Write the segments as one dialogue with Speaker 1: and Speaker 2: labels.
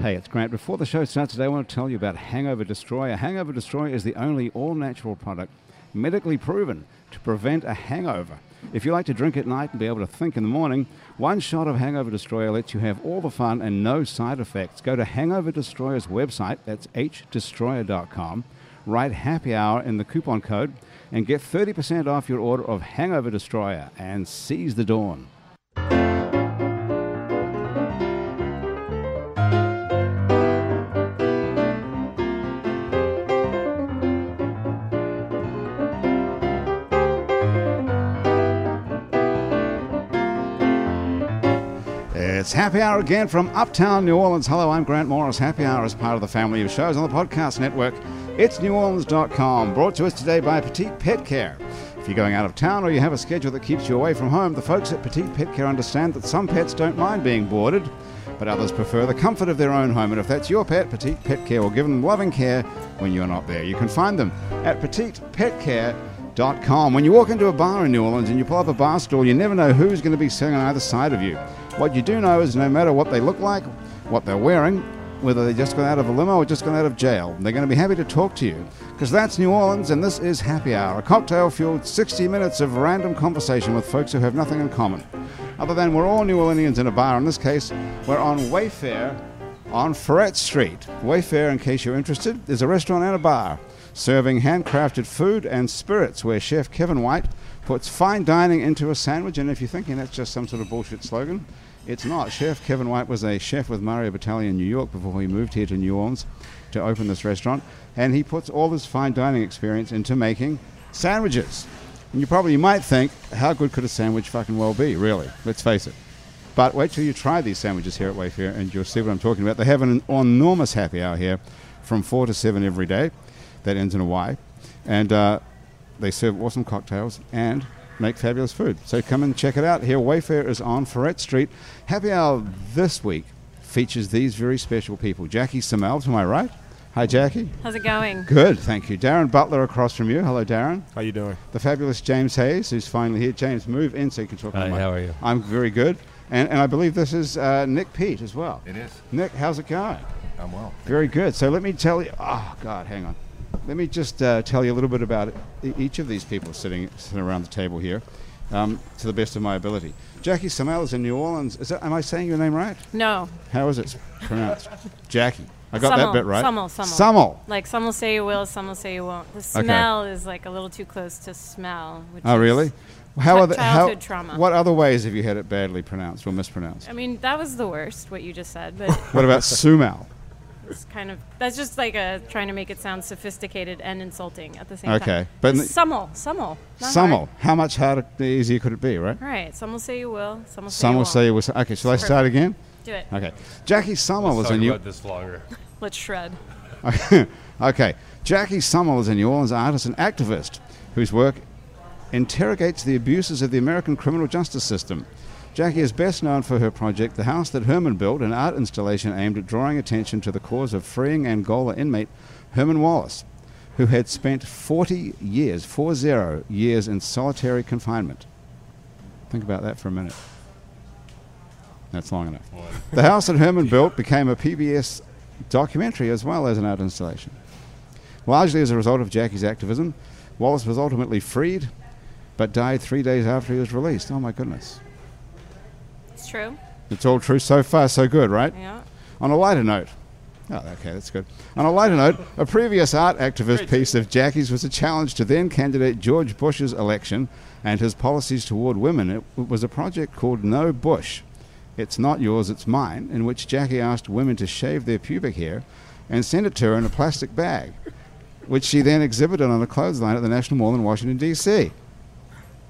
Speaker 1: Hey, it's Grant. Before the show starts today, I want to tell you about Hangover Destroyer. Hangover Destroyer is the only all natural product medically proven to prevent a hangover. If you like to drink at night and be able to think in the morning, one shot of Hangover Destroyer lets you have all the fun and no side effects. Go to Hangover Destroyer's website, that's hdestroyer.com, write happy hour in the coupon code, and get 30% off your order of Hangover Destroyer and seize the dawn. It's Happy Hour again from Uptown New Orleans. Hello, I'm Grant Morris. Happy Hour is part of the family of shows on the podcast network. It's neworleans.com, brought to us today by Petite Pet Care. If you're going out of town or you have a schedule that keeps you away from home, the folks at Petite Pet Care understand that some pets don't mind being boarded, but others prefer the comfort of their own home. And if that's your pet, Petite Pet Care will give them loving care when you're not there. You can find them at Petite Pet Care. Com. When you walk into a bar in New Orleans and you pull up a bar stool, you never know who's going to be sitting on either side of you. What you do know is no matter what they look like, what they're wearing, whether they just got out of a limo or just got out of jail, they're going to be happy to talk to you. Because that's New Orleans and this is Happy Hour, a cocktail fueled 60 minutes of random conversation with folks who have nothing in common. Other than we're all New Orleanians in a bar, in this case, we're on Wayfair on Ferret Street. Wayfair, in case you're interested, is a restaurant and a bar serving handcrafted food and spirits where chef Kevin White puts fine dining into a sandwich. And if you're thinking that's just some sort of bullshit slogan, it's not. Chef Kevin White was a chef with Mario Batali in New York before he moved here to New Orleans to open this restaurant. And he puts all his fine dining experience into making sandwiches. And you probably might think, how good could a sandwich fucking well be, really? Let's face it. But wait till you try these sandwiches here at Wayfair and you'll see what I'm talking about. They have an enormous happy hour here from 4 to 7 every day. That ends in a Y. And uh, they serve awesome cocktails and make fabulous food. So come and check it out here. Wayfair is on Ferret Street. Happy hour this week features these very special people. Jackie Samel to my right. Hi, Jackie.
Speaker 2: How's it going?
Speaker 1: Good, thank you. Darren Butler across from you. Hello, Darren.
Speaker 3: How you doing?
Speaker 1: The fabulous James Hayes, who's finally here. James, move in so you can talk. to
Speaker 4: Hi,
Speaker 1: the mic.
Speaker 4: how are you?
Speaker 1: I'm very good, and, and I believe this is uh, Nick Pete as well.
Speaker 3: It is.
Speaker 1: Nick, how's it going?
Speaker 3: I'm well.
Speaker 1: Very good. So let me tell you. Oh God, hang on. Let me just uh, tell you a little bit about e- each of these people sitting sitting around the table here, um, to the best of my ability. Jackie Samel is in New Orleans. Is that, am I saying your name right?
Speaker 2: No.
Speaker 1: How is it pronounced? Jackie. I got that
Speaker 2: Summel,
Speaker 1: bit right.
Speaker 2: Summel, Summel.
Speaker 1: Summel.
Speaker 2: Like some will say you will, some will say you won't. The smell is like a little too close to smell. Which
Speaker 1: Oh,
Speaker 2: is-
Speaker 1: really? How
Speaker 2: Chi-
Speaker 1: are the, how,
Speaker 2: childhood trauma.
Speaker 1: What other ways have you had it badly pronounced or mispronounced?
Speaker 2: I mean, that was the worst what you just said, but
Speaker 1: What about Sumal?
Speaker 2: it's kind of that's just like a trying to make it sound sophisticated and insulting at the same time.
Speaker 1: Okay, but n-
Speaker 2: Summel, Summel, not
Speaker 1: Summel.
Speaker 2: hard.
Speaker 1: How much harder, easier could it be, right?
Speaker 2: Right. Some will say you will. Some will say
Speaker 1: Some
Speaker 2: you
Speaker 1: will
Speaker 2: won't.
Speaker 1: say it was. Okay, shall I start again?
Speaker 2: Do it.
Speaker 1: Okay. Jackie Summel was
Speaker 4: Let's
Speaker 1: in
Speaker 4: talk
Speaker 1: New.
Speaker 4: about this longer.
Speaker 2: Let's shred.
Speaker 1: okay. Jackie Summel is a New Orleans artist and activist whose work interrogates the abuses of the American criminal justice system. Jackie is best known for her project, The House That Herman Built, an art installation aimed at drawing attention to the cause of freeing Angola inmate Herman Wallace, who had spent 40 years, 40 years in solitary confinement. Think about that for a minute. That's long enough. The house that Herman built became a PBS documentary as well as an art installation. Largely as a result of Jackie's activism, Wallace was ultimately freed, but died three days after he was released. Oh my goodness.
Speaker 2: It's true.
Speaker 1: It's all true so far, so good, right?
Speaker 2: Yeah.
Speaker 1: On a lighter note, oh, okay, that's good. On a lighter note, a previous art activist piece of Jackie's was a challenge to then candidate George Bush's election and his policies toward women. It, it was a project called No Bush. It's not yours, it's mine, in which Jackie asked women to shave their pubic hair and send it to her in a plastic bag, which she then exhibited on a clothesline at the National Mall in Washington, D.C.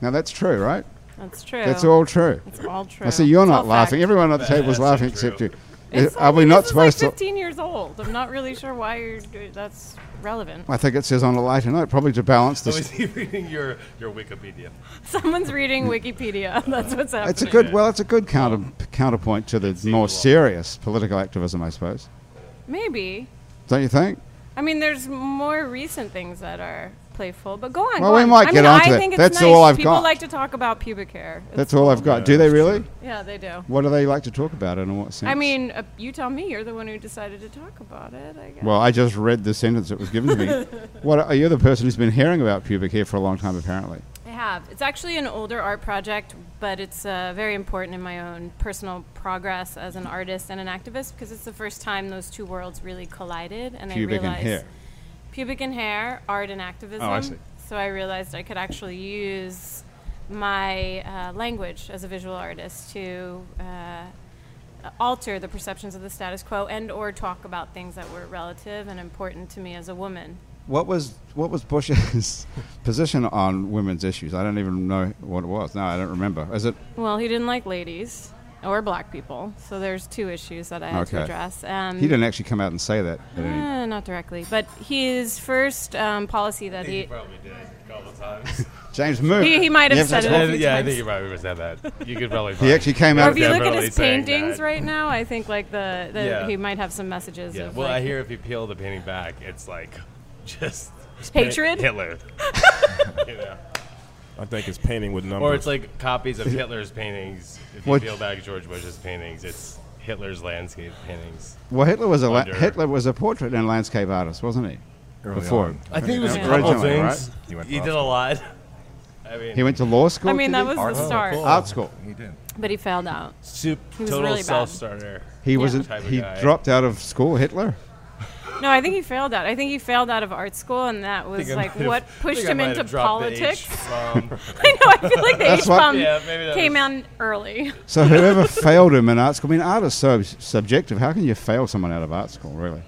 Speaker 1: Now that's true, right?
Speaker 2: That's true.
Speaker 1: That's all true.
Speaker 2: It's all true.
Speaker 1: I see you're
Speaker 2: It's
Speaker 1: not
Speaker 2: all
Speaker 1: laughing.
Speaker 2: fact.
Speaker 1: Everyone at the table is
Speaker 4: That's
Speaker 1: laughing
Speaker 4: true.
Speaker 1: except you.
Speaker 2: It's
Speaker 1: Are we
Speaker 2: only-
Speaker 1: not
Speaker 2: this
Speaker 1: supposed
Speaker 2: is like
Speaker 1: to?
Speaker 2: 15 years old. I'm not really sure why you're. do- That's relevant.
Speaker 1: I think it says on a lighter note, probably to balance
Speaker 4: So Oh, is
Speaker 1: this.
Speaker 4: he reading your, your Wikipedia?
Speaker 2: Someone's reading Wikipedia. That's what's happening.
Speaker 1: It's a good, well, it's a good counter, counterpoint to the
Speaker 4: seems a
Speaker 1: more
Speaker 4: lot.
Speaker 1: serious political activism, I suppose.
Speaker 2: Maybe.
Speaker 1: Don't you think?
Speaker 2: I mean, there's more recent things that are playful, but go on.
Speaker 1: Well,
Speaker 2: go
Speaker 1: we
Speaker 2: on.
Speaker 1: might
Speaker 2: I
Speaker 1: get
Speaker 2: mean,
Speaker 1: onto
Speaker 2: I
Speaker 1: it.
Speaker 2: think it's
Speaker 1: That's
Speaker 2: nice.
Speaker 1: all I've
Speaker 2: People
Speaker 1: got.
Speaker 2: like to talk about pubic hair. It's-
Speaker 1: That's all I've got. Do they really?
Speaker 2: yeah, they do.
Speaker 1: What do they like to talk about and in what sense?
Speaker 2: I mean, uh, you tell me. You're the one who decided to talk about it. I guess.
Speaker 1: Well, I just read the sentence that was given to me. what are you the person who's been hearing about pubic hair for a long time, apparently?
Speaker 2: I have. It's actually an older art project, but it's uh, very important in my own personal progress as an artist and an activist because it's the first time those two worlds really collided, and I
Speaker 1: Pubic and
Speaker 2: realized
Speaker 1: hair.
Speaker 2: pubic and hair, art and activism.
Speaker 1: Oh, I see.
Speaker 2: So I realized I could actually use my uh, language as a visual artist to uh, alter the perceptions of the status quo and or talk about things that were relative and important to me as a woman.
Speaker 1: What was what was Bush's position on women's issues? I don't even know what it was. No, I don't remember. Is it
Speaker 2: Well, he didn't like ladies or black people, so there's two issues that I had
Speaker 1: Okay.
Speaker 2: to address. Um,
Speaker 1: he didn't actually come out and say that. But any-
Speaker 2: eh, not directly, but his first um, policy that
Speaker 4: He
Speaker 2: he
Speaker 4: probably did a couple of times.
Speaker 1: James Moon.
Speaker 2: He- he might have said it.
Speaker 4: And,
Speaker 2: few
Speaker 4: yeah, I
Speaker 2: times.
Speaker 4: think you probably was that bad. You could probably.
Speaker 1: He
Speaker 4: find-
Speaker 1: actually came
Speaker 2: Or
Speaker 1: out.
Speaker 2: if you look at
Speaker 4: Definitely
Speaker 2: his
Speaker 4: saying
Speaker 2: paintings
Speaker 4: that.
Speaker 2: right now, I think like the, the
Speaker 4: Yeah.
Speaker 2: he might have some messages.
Speaker 4: Yeah.
Speaker 2: of,
Speaker 4: Well,
Speaker 2: like,
Speaker 4: I hear if you peel the painting back, it's like just
Speaker 2: Hatred?
Speaker 4: Hitler. you know?
Speaker 3: I think it's painting with numbers.
Speaker 4: Or it's like copies of Hitler's paintings. If you
Speaker 1: What-
Speaker 4: peel back George Bush's paintings, it's Hitler's landscape paintings.
Speaker 1: well, Hitler was a la-
Speaker 4: Under-
Speaker 1: Hitler was a portrait and landscape artist, wasn't he?
Speaker 3: Early
Speaker 1: before.
Speaker 3: on.
Speaker 4: I think it was
Speaker 2: Yeah.
Speaker 4: a couple
Speaker 1: Originally,
Speaker 4: things.
Speaker 3: right? He went
Speaker 4: He
Speaker 3: for
Speaker 4: did a lot. I mean,
Speaker 1: He went to law school.
Speaker 2: I mean,
Speaker 1: did
Speaker 2: that
Speaker 1: he?
Speaker 2: was the start,
Speaker 1: art school.
Speaker 3: He did.
Speaker 2: but he failed out.
Speaker 4: soup,
Speaker 2: was
Speaker 4: total
Speaker 2: really bad.
Speaker 4: self-starter.
Speaker 1: He wasn't.
Speaker 4: Type of
Speaker 1: He
Speaker 4: guy.
Speaker 1: dropped out of school. Hitler.
Speaker 2: No, I think he failed out. I think he failed out of art school, and that was
Speaker 4: think I
Speaker 2: like
Speaker 4: might have-
Speaker 2: what
Speaker 4: I
Speaker 2: pushed
Speaker 4: think I
Speaker 2: him
Speaker 4: might
Speaker 2: into
Speaker 4: have dropped the H Um,
Speaker 2: politics.
Speaker 4: bomb.
Speaker 2: I know. I feel like the
Speaker 1: That's
Speaker 2: H
Speaker 1: what-
Speaker 2: bomb
Speaker 4: Yeah, maybe that
Speaker 2: came
Speaker 4: was-
Speaker 2: out early.
Speaker 1: So whoever failed him in art school, I mean, art is so s- subjective. How can you fail someone out of art school, really?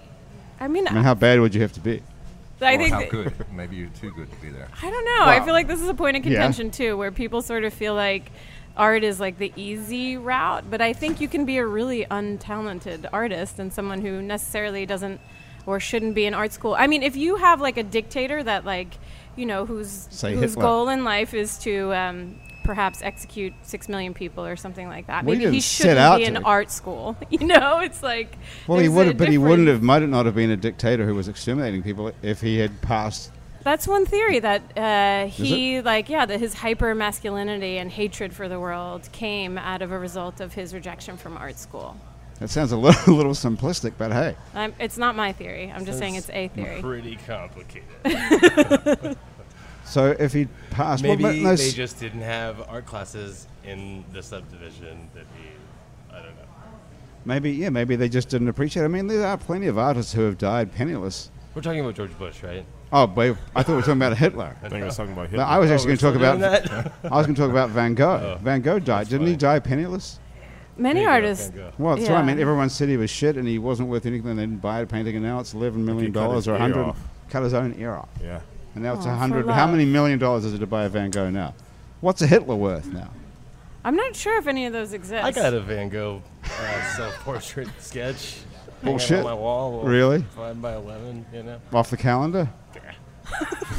Speaker 2: I mean,
Speaker 1: I mean, how bad would you have to be?
Speaker 2: I
Speaker 5: Or
Speaker 2: think
Speaker 5: how
Speaker 2: that-
Speaker 5: good? Maybe you're too good to be there.
Speaker 2: I don't know. I feel like this is a point of contention too, where people sort of feel like art is like the easy route, but I think you can be a really untalented artist and someone who necessarily doesn't or shouldn't be in art school. I mean, if you have like a dictator that like you know whose
Speaker 1: Say
Speaker 2: whose
Speaker 1: Hitler.
Speaker 2: goal in life is to um, perhaps execute six million people or something like that,
Speaker 1: We
Speaker 2: maybe he
Speaker 1: didn't set
Speaker 2: shouldn't
Speaker 1: out
Speaker 2: be in
Speaker 1: to.
Speaker 2: art school. You know, it's like
Speaker 1: Well, he
Speaker 2: there's
Speaker 1: would
Speaker 2: a
Speaker 1: have, but he wouldn't
Speaker 2: difference.
Speaker 1: have. Might not have been a dictator who was exterminating people if he had passed.
Speaker 2: That's one theory that uh, he, like, yeah, that his hyper masculinity and hatred for the world came out of a result of his rejection from art school.
Speaker 1: That sounds a little, a little simplistic, but hey,
Speaker 2: Um, it's not my theory. I'm just saying it's a theory.
Speaker 4: Pretty complicated.
Speaker 1: so if he passed, well,
Speaker 4: Maybe
Speaker 1: but no,
Speaker 4: they
Speaker 1: s-
Speaker 4: just didn't have art classes in the subdivision that he. I don't know.
Speaker 1: maybe yeah, maybe they just didn't appreciate. it. I mean, there are plenty of artists who have died penniless.
Speaker 4: We're talking about George Bush, right?
Speaker 1: Oh, but I thought we were talking about Hitler.
Speaker 3: I think it was talking about
Speaker 1: No,
Speaker 3: Hitler.
Speaker 1: I
Speaker 4: Oh,
Speaker 1: was actually going to talk
Speaker 4: Doing
Speaker 1: about.
Speaker 4: that?
Speaker 1: I was going to talk about Van Gogh. Van Gogh died, didn't he?
Speaker 4: funny.
Speaker 1: Die penniless.
Speaker 2: Many
Speaker 4: There you go,
Speaker 2: artists.
Speaker 4: thank God.
Speaker 1: Well, that's what I
Speaker 2: Yeah.
Speaker 1: mean. Everyone said he was shit, and he wasn't worth anything. and They didn't buy a painting, and now it's eleven million
Speaker 3: cut his
Speaker 1: dollars or
Speaker 3: ear
Speaker 1: hundred.
Speaker 3: off.
Speaker 1: Cut his own ear off,
Speaker 3: yeah.
Speaker 1: and now it's
Speaker 2: Oh,
Speaker 1: a
Speaker 2: for
Speaker 1: hundred. How
Speaker 2: love.
Speaker 1: many million dollars is it to buy a Van Gogh now? What's a Hitler worth now?
Speaker 2: I'm not sure if any of those exist.
Speaker 4: I got a Van Gogh uh, self-portrait sketch. hanging
Speaker 1: Bullshit.
Speaker 4: On my wall.
Speaker 1: Really?
Speaker 4: Five by eleven. You know.
Speaker 1: Off the calendar.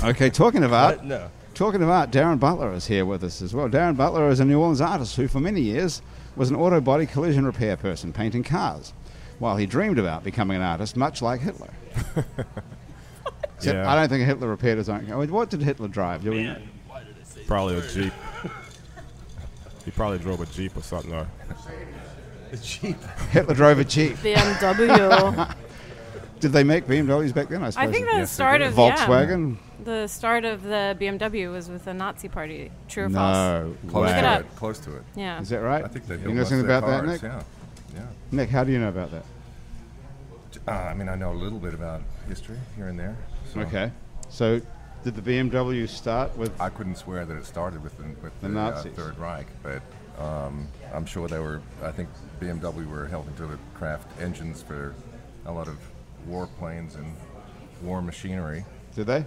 Speaker 1: okay, talking of art,
Speaker 4: But no.
Speaker 1: Talking about Darren Butler is here with us as well. Darren Butler is a New Orleans artist who, for many years, was an auto body collision repair person painting cars, while he dreamed about becoming an artist, much like Hitler. Except
Speaker 3: Yeah.
Speaker 1: I don't think Hitler repaired his own car. I mean, what did Hitler drive? Do we-
Speaker 3: Probably a Jeep. he probably drove a Jeep or something. Or
Speaker 4: The Jeep.
Speaker 1: Hitler drove a Jeep.
Speaker 2: BMW.
Speaker 1: Did they make BMWs back then? I suppose.
Speaker 2: I think the
Speaker 3: Yes, they
Speaker 2: start
Speaker 3: did.
Speaker 2: of yeah,
Speaker 1: Volkswagen.
Speaker 2: the start of the BMW was with the Nazi party. True or false?
Speaker 1: No,
Speaker 5: Close
Speaker 1: way.
Speaker 2: it
Speaker 5: to
Speaker 2: up.
Speaker 5: it. Close to it.
Speaker 2: Yeah.
Speaker 1: Is that right?
Speaker 5: I think they.
Speaker 1: you
Speaker 5: built
Speaker 1: know
Speaker 5: most
Speaker 1: something
Speaker 5: of their
Speaker 1: about that, Nick?
Speaker 5: cars, Yeah.
Speaker 1: Nick, how do you know about that?
Speaker 5: Yeah. Uh, I mean, I know a little bit about history here and there. So
Speaker 1: Okay, so did the BMW start with?
Speaker 5: I couldn't swear that it started with the, with
Speaker 1: The
Speaker 5: the,
Speaker 1: Nazis.
Speaker 5: uh, Third Reich, but um, I'm sure they were. I think BMW were helping to craft engines for a lot of war planes and war machinery.
Speaker 1: Did they?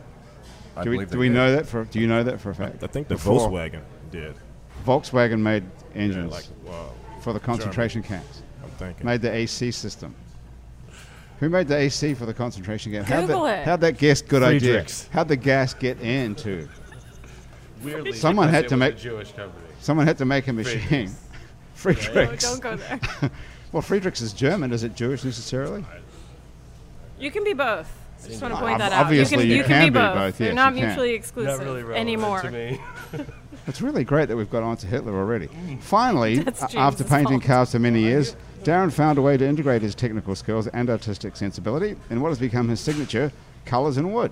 Speaker 5: I
Speaker 1: Do we,
Speaker 5: believe
Speaker 1: do
Speaker 5: they
Speaker 1: we
Speaker 5: did.
Speaker 1: know that for? Do you know that for a fact?
Speaker 3: I think the
Speaker 1: Before.
Speaker 3: Volkswagen did.
Speaker 1: Volkswagen made
Speaker 3: Yeah,
Speaker 1: engines
Speaker 3: like wow.
Speaker 1: for the concentration camps.
Speaker 3: I'm thinking.
Speaker 1: Made the AC system. Who made the AC for the concentration camp? How'd
Speaker 2: Google
Speaker 1: that,
Speaker 2: it.
Speaker 1: how'd that gas good
Speaker 4: Friedrichs.
Speaker 1: idea? How'd the gas get into?
Speaker 4: Weirdly,
Speaker 1: Someone
Speaker 4: because
Speaker 1: had
Speaker 4: it
Speaker 1: to
Speaker 4: was
Speaker 1: make-
Speaker 4: a Jewish company.
Speaker 1: Someone had to make a machine.
Speaker 4: Oh,
Speaker 2: No,
Speaker 1: Friedrichs.
Speaker 2: don't go there.
Speaker 1: Well, Friedrichs is German. Is it Jewish necessarily?
Speaker 2: You can be both. Just want to point that
Speaker 1: Ob-
Speaker 2: out.
Speaker 1: obviously
Speaker 2: you
Speaker 1: you
Speaker 2: can,
Speaker 1: can
Speaker 2: be
Speaker 1: be
Speaker 2: both.
Speaker 1: both,
Speaker 2: They're
Speaker 1: yes,
Speaker 2: not
Speaker 1: you can.
Speaker 2: mutually
Speaker 4: Not
Speaker 2: exclusive
Speaker 4: really relevant
Speaker 2: anymore.
Speaker 4: to me.
Speaker 1: It's really great that we've got onto Hitler already. Finally,
Speaker 2: That's
Speaker 1: a- after
Speaker 2: James's
Speaker 1: painting
Speaker 2: fault.
Speaker 1: cars for many years, Darren found a way to integrate his technical skills and artistic sensibility in what has become his signature, colours and wood,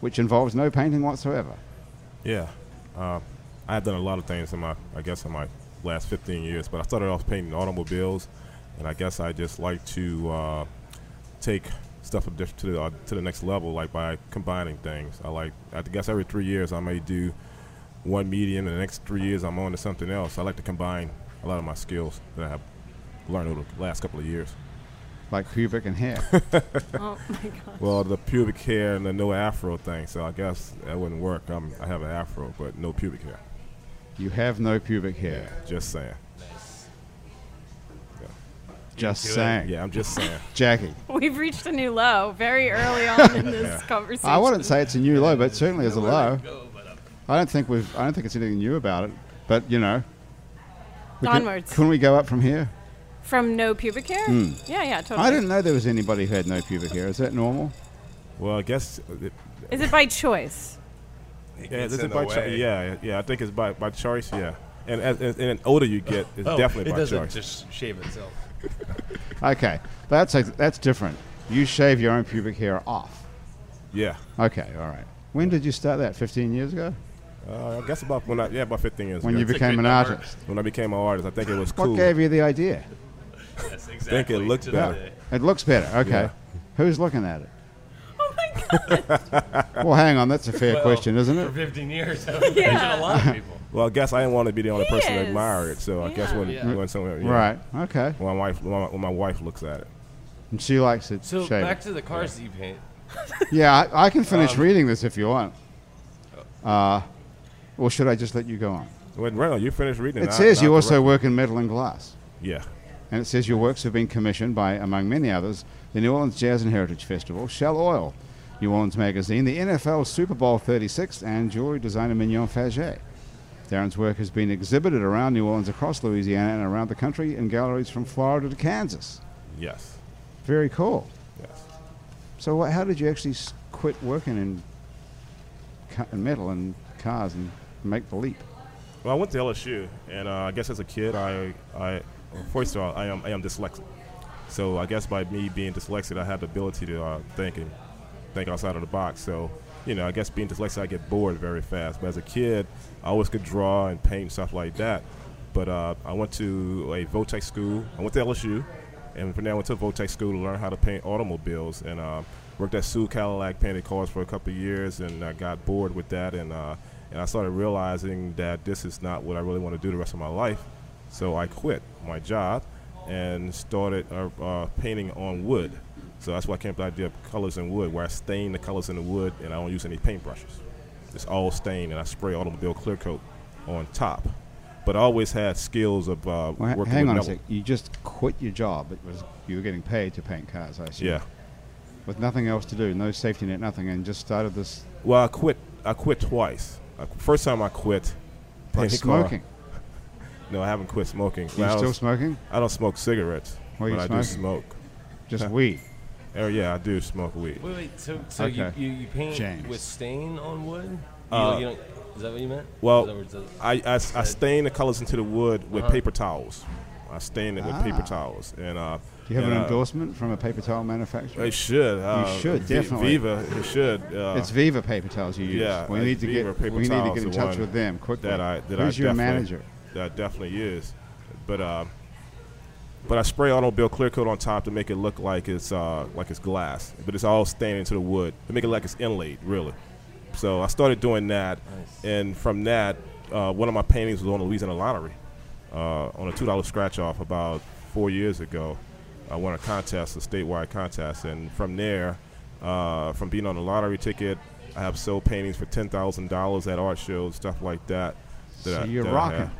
Speaker 1: which involves no painting whatsoever.
Speaker 3: Yeah, uh, I have done a lot of things in my, I guess, in my last 15 years. But I started off painting automobiles, and I guess I just like to uh, take stuff of diff- to the uh, to the next level, like by combining things. I like, I guess, every three years I may do one medium, and the next three years I'm on to something else. I like to combine a lot of my skills that I have learned over the last couple of years.
Speaker 1: Like pubic and hair.
Speaker 2: Oh my god.
Speaker 3: Well, the pubic hair and the no afro thing. So I guess that wouldn't work. i I have an afro, but no pubic hair.
Speaker 1: you have no pubic hair.
Speaker 3: Just saying.
Speaker 1: Just
Speaker 4: do it.
Speaker 1: saying.
Speaker 3: Yeah, I'm just saying.
Speaker 1: Jackie.
Speaker 2: We've reached a new low very early on in this conversation.
Speaker 1: I wouldn't say it's a new low, but it certainly is a low. I don't think we've. I don't think it's anything new about it. But you know, we can-
Speaker 2: Onwards.
Speaker 1: Can we go up from here?
Speaker 2: From no pubic hair? Yeah, yeah, totally.
Speaker 1: Hmm. I didn't know there was anybody who had no pubic hair. Is that normal?
Speaker 3: well, I guess. uh, It,
Speaker 2: Is it by choice?
Speaker 3: yeah,
Speaker 5: gets
Speaker 3: is it
Speaker 5: in the
Speaker 3: by choi-
Speaker 5: way.
Speaker 3: yeah, yeah. I think it's by, by choice. Yeah, and as and, and the older you get, it's
Speaker 1: Oh,
Speaker 3: definitely
Speaker 4: Oh, it
Speaker 3: by
Speaker 4: doesn't
Speaker 3: choice.
Speaker 4: just shave itself.
Speaker 1: Okay, that's a, that's different. You shave your own pubic hair off.
Speaker 3: yeah,
Speaker 1: Okay, all right. When did you start that? Fifteen years ago,
Speaker 3: uh, I guess about when I yeah about 15 years
Speaker 1: when
Speaker 3: ago.
Speaker 1: you became an
Speaker 4: good number.
Speaker 1: artist.
Speaker 3: when I became an artist, I think it was
Speaker 1: What
Speaker 3: cool.
Speaker 1: gave you the idea?
Speaker 4: That's exactly.
Speaker 3: Think it looked
Speaker 4: to the
Speaker 3: better.
Speaker 4: day.
Speaker 1: It looks better. Okay,
Speaker 3: Yeah.
Speaker 1: who's looking at it?
Speaker 2: Oh my god.
Speaker 1: Well, hang on. That's a fair
Speaker 4: Well,
Speaker 1: question, isn't
Speaker 4: For
Speaker 1: it?
Speaker 4: 15 years, I was yeah. a lot of people.
Speaker 3: Well, I guess I didn't want to be the only person
Speaker 2: Yes.
Speaker 3: to admire it. So I guess when
Speaker 4: Yeah.
Speaker 3: when someone yeah.
Speaker 1: Right. Okay.
Speaker 3: when my wife when my, when my wife looks at it.
Speaker 1: And she likes it
Speaker 4: So
Speaker 1: shaved.
Speaker 4: back to Um, the cars that you paint.
Speaker 1: Yeah, I, I can finish reading this if you want.
Speaker 4: Oh.
Speaker 1: Uh, or should I just let you go on?
Speaker 3: When Reynolds, you finished reading.
Speaker 1: It
Speaker 3: I-
Speaker 1: says
Speaker 3: I
Speaker 1: you also
Speaker 3: correct-
Speaker 1: work in metal and glass,
Speaker 3: Yeah.
Speaker 1: and it says your works have been commissioned by, among many others, the New Orleans Jazz and Heritage Festival, Shell Oil, New Orleans Magazine, the NFL Super Bowl 36, and jewelry designer Mignon Faget. Darren's work has been exhibited around New Orleans, across Louisiana, and around the country in galleries from Florida to Kansas.
Speaker 3: Yes.
Speaker 1: Very cool.
Speaker 3: Yes.
Speaker 1: So, wha how did you actually s- quit working in, ca- in metal and cars and make the leap?
Speaker 3: Well, I went to LSU, and uh, I guess as a kid, I, I first of all, I am, I am dyslexic. So I guess by me being dyslexic, I had the ability to uh, think and think outside of the box. So, you know, I guess being dyslexic, I get bored very fast. But as a kid, I always could draw and paint and stuff like that. But uh, I went to a Votech school. I went to LSU, and from there I went to Votech school to learn how to paint automobiles. And uh, worked at Sue Cadillac, painted cars for a couple of years, and I got bored with that. And uh, and I started realizing that this is not what I really want to do the rest of my life. So I quit my job and started uh, uh, painting on wood. So that's why I came up with the idea of colors in wood, where I stain the colors in the wood and I don't use any paintbrushes. It's all stain, and I spray automobile clear coat on top. But I always had skills of uh,
Speaker 1: Well, ha-
Speaker 3: working
Speaker 1: hang
Speaker 3: with
Speaker 1: on a
Speaker 3: metal.
Speaker 1: sec. You just quit your job. It was you were getting paid to paint cars, I assume.
Speaker 3: Yeah.
Speaker 1: With nothing else to do, no safety net, nothing, and just started this
Speaker 3: Well, I quit. I quit twice. Uh, first time I quit.
Speaker 1: like
Speaker 3: painting a car.
Speaker 1: smoking.
Speaker 3: No, I haven't quit smoking.
Speaker 1: Are
Speaker 3: Well, I
Speaker 1: you still
Speaker 3: was-
Speaker 1: smoking?
Speaker 3: I don't smoke cigarettes,
Speaker 1: What are you
Speaker 3: but I do
Speaker 1: smoking?
Speaker 3: smoke.
Speaker 1: Just weed.
Speaker 3: Oh yeah, I do smoke weed.
Speaker 4: Wait, wait. So, so
Speaker 1: Okay.
Speaker 4: you, you, you paint
Speaker 1: James.
Speaker 4: with stain on wood? You,
Speaker 3: Uh,
Speaker 4: you don't, is that what you meant?
Speaker 3: Well,
Speaker 4: Is that what it says?
Speaker 3: I, I, I stain the colors into the wood with paper towels. I stain it with paper
Speaker 1: Ah.
Speaker 3: towels, and uh,
Speaker 1: Do you have
Speaker 3: and,
Speaker 1: an
Speaker 3: uh,
Speaker 1: endorsement from a paper towel manufacturer?
Speaker 3: It should. Uh,
Speaker 1: should,
Speaker 3: Vi-
Speaker 1: definitely.
Speaker 3: Viva, it should. Uh,
Speaker 1: it's Viva paper towels you use.
Speaker 3: yeah,
Speaker 1: we
Speaker 3: it's
Speaker 1: need to
Speaker 3: Viva
Speaker 1: get
Speaker 3: paper
Speaker 1: we need to
Speaker 3: towels,
Speaker 1: get in
Speaker 3: the
Speaker 1: touch
Speaker 3: one
Speaker 1: with them quickly.
Speaker 3: that I that
Speaker 1: Who's
Speaker 3: I
Speaker 1: your
Speaker 3: definitely-
Speaker 1: manager?
Speaker 3: That definitely is, but uh, but I spray automobile clear coat on top to make it look like it's uh, like it's glass, but it's all stained into the wood to make it like it's inlaid, really. So I started doing that, and from that, uh, one of my paintings was on the Louisiana Lottery uh, on a two dollar scratch off about four years ago. I won a contest, a statewide contest, and from there, uh, from being on a lottery ticket, I have sold paintings for ten thousand dollars at art shows, stuff like that. that
Speaker 1: So
Speaker 3: I-
Speaker 1: you're
Speaker 3: that I
Speaker 1: rocking.
Speaker 3: have.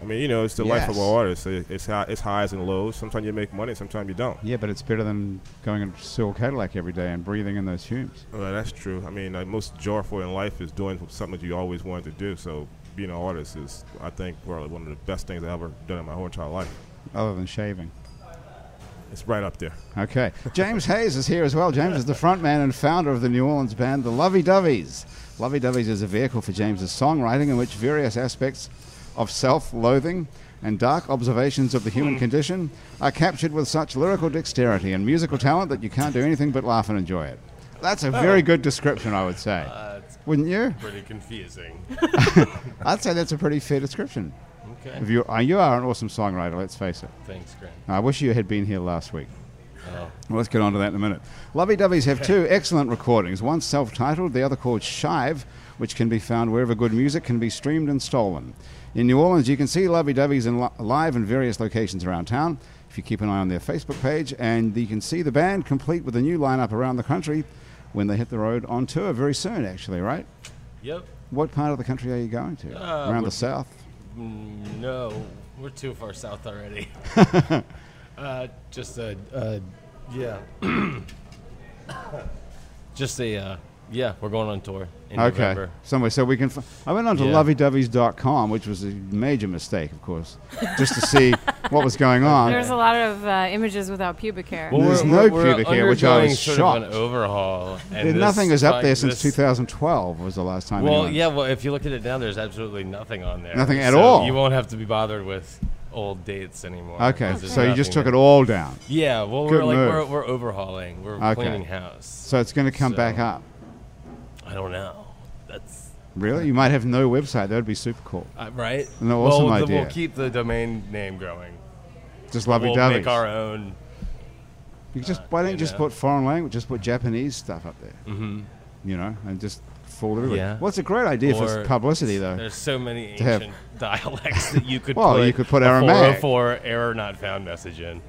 Speaker 3: I mean, you know, it's the life of
Speaker 1: Yes.
Speaker 3: an artist. It- It's high, it's highs and lows. Sometimes you make money, sometimes you don't.
Speaker 1: Yeah, but it's better than going and sell Cadillac every day and breathing in those fumes.
Speaker 3: Well, that's true. I mean, like, most joyful in life is doing something that you always wanted to do. So being an artist is, I think, probably one of the best things I ever done in my whole entire life.
Speaker 1: Other than shaving.
Speaker 3: It's right up there.
Speaker 1: Okay. James Hayes is here as well. James is the frontman and founder of the New Orleans band The Lovey Doveys. Lovey Doveys is a vehicle for James's songwriting in which various aspects of self loathing and dark observations of the human condition are captured with such lyrical dexterity and musical talent that you can't do anything but laugh and enjoy it. That's a very good description, I would say. Wouldn't you?
Speaker 4: Pretty confusing.
Speaker 1: I'd say that's a pretty fair description.
Speaker 4: Okay.
Speaker 1: If you, uh, you are an awesome songwriter, let's face it.
Speaker 4: Thanks, Grant.
Speaker 1: I wish you had been here last week.
Speaker 4: Oh.
Speaker 1: Well, let's get on to that in a minute. Lovey Doveys have two excellent recordings, one self titled, the other called Shive, which can be found wherever good music can be streamed and stolen. In New Orleans, you can see Lovey Doveys in li- live in various locations around town if you keep an eye on their Facebook page, and you can see the band complete with a new lineup around the country when they hit the road on tour very soon, actually, right?
Speaker 4: Yep.
Speaker 1: What part of the country are you going to?
Speaker 4: Uh,
Speaker 1: around the
Speaker 4: would-
Speaker 1: south?
Speaker 4: Mm, No, we're too far south already. uh, just a, uh, yeah. just a, uh, yeah, we're going on tour in
Speaker 1: Okay.
Speaker 4: November.
Speaker 1: Somewhere. So we can. F- I went on to
Speaker 4: Yeah.
Speaker 1: loveydoveys.com, which was a major mistake, of course, just to see what was going on.
Speaker 2: There's a lot of uh, images without pubic hair.
Speaker 1: Well, There's no pubic hair, which I
Speaker 4: undergoing
Speaker 1: was
Speaker 4: sort Of
Speaker 1: shocked.
Speaker 4: an overhaul. And
Speaker 1: There-
Speaker 4: this
Speaker 1: nothing is up
Speaker 4: fi-
Speaker 1: there since
Speaker 4: this-
Speaker 1: 2012 was the last time.
Speaker 4: Well,
Speaker 1: anyone-
Speaker 4: yeah. Well, if you look at it now, there's absolutely nothing on there.
Speaker 1: Nothing at
Speaker 4: So
Speaker 1: all.
Speaker 4: You won't have to be bothered with old dates anymore.
Speaker 1: Okay,
Speaker 4: 'cause there's
Speaker 1: so you just
Speaker 4: nothing
Speaker 1: took it all down.
Speaker 4: Yeah, well,
Speaker 1: Good
Speaker 4: we're like
Speaker 1: move.
Speaker 4: we're, we're overhauling. We're
Speaker 1: Okay.
Speaker 4: cleaning house.
Speaker 1: So it's going to come
Speaker 4: So-
Speaker 1: back up.
Speaker 4: I don't know. That's
Speaker 1: Really? You might have no website. That would be super cool.
Speaker 4: uh, right.
Speaker 1: No,
Speaker 4: well,
Speaker 1: awesome
Speaker 4: the-
Speaker 1: idea.
Speaker 4: We'll keep the domain name growing.
Speaker 1: Just lovey
Speaker 4: we'll
Speaker 1: doveys.
Speaker 4: make our own. uh,
Speaker 1: you just why don't you
Speaker 4: you
Speaker 1: just
Speaker 4: know.
Speaker 1: put foreign language? Just put Japanese stuff up there. Mm-hmm. You know, and just fool everybody.
Speaker 4: Yeah.
Speaker 1: Well, it's a great idea for
Speaker 4: or-
Speaker 1: publicity, though.
Speaker 4: There's so many
Speaker 1: To have-
Speaker 4: ancient dialects that you could.
Speaker 1: Well,
Speaker 4: put
Speaker 1: you could put
Speaker 4: a
Speaker 1: Aramaic.
Speaker 4: 404 error not found message in.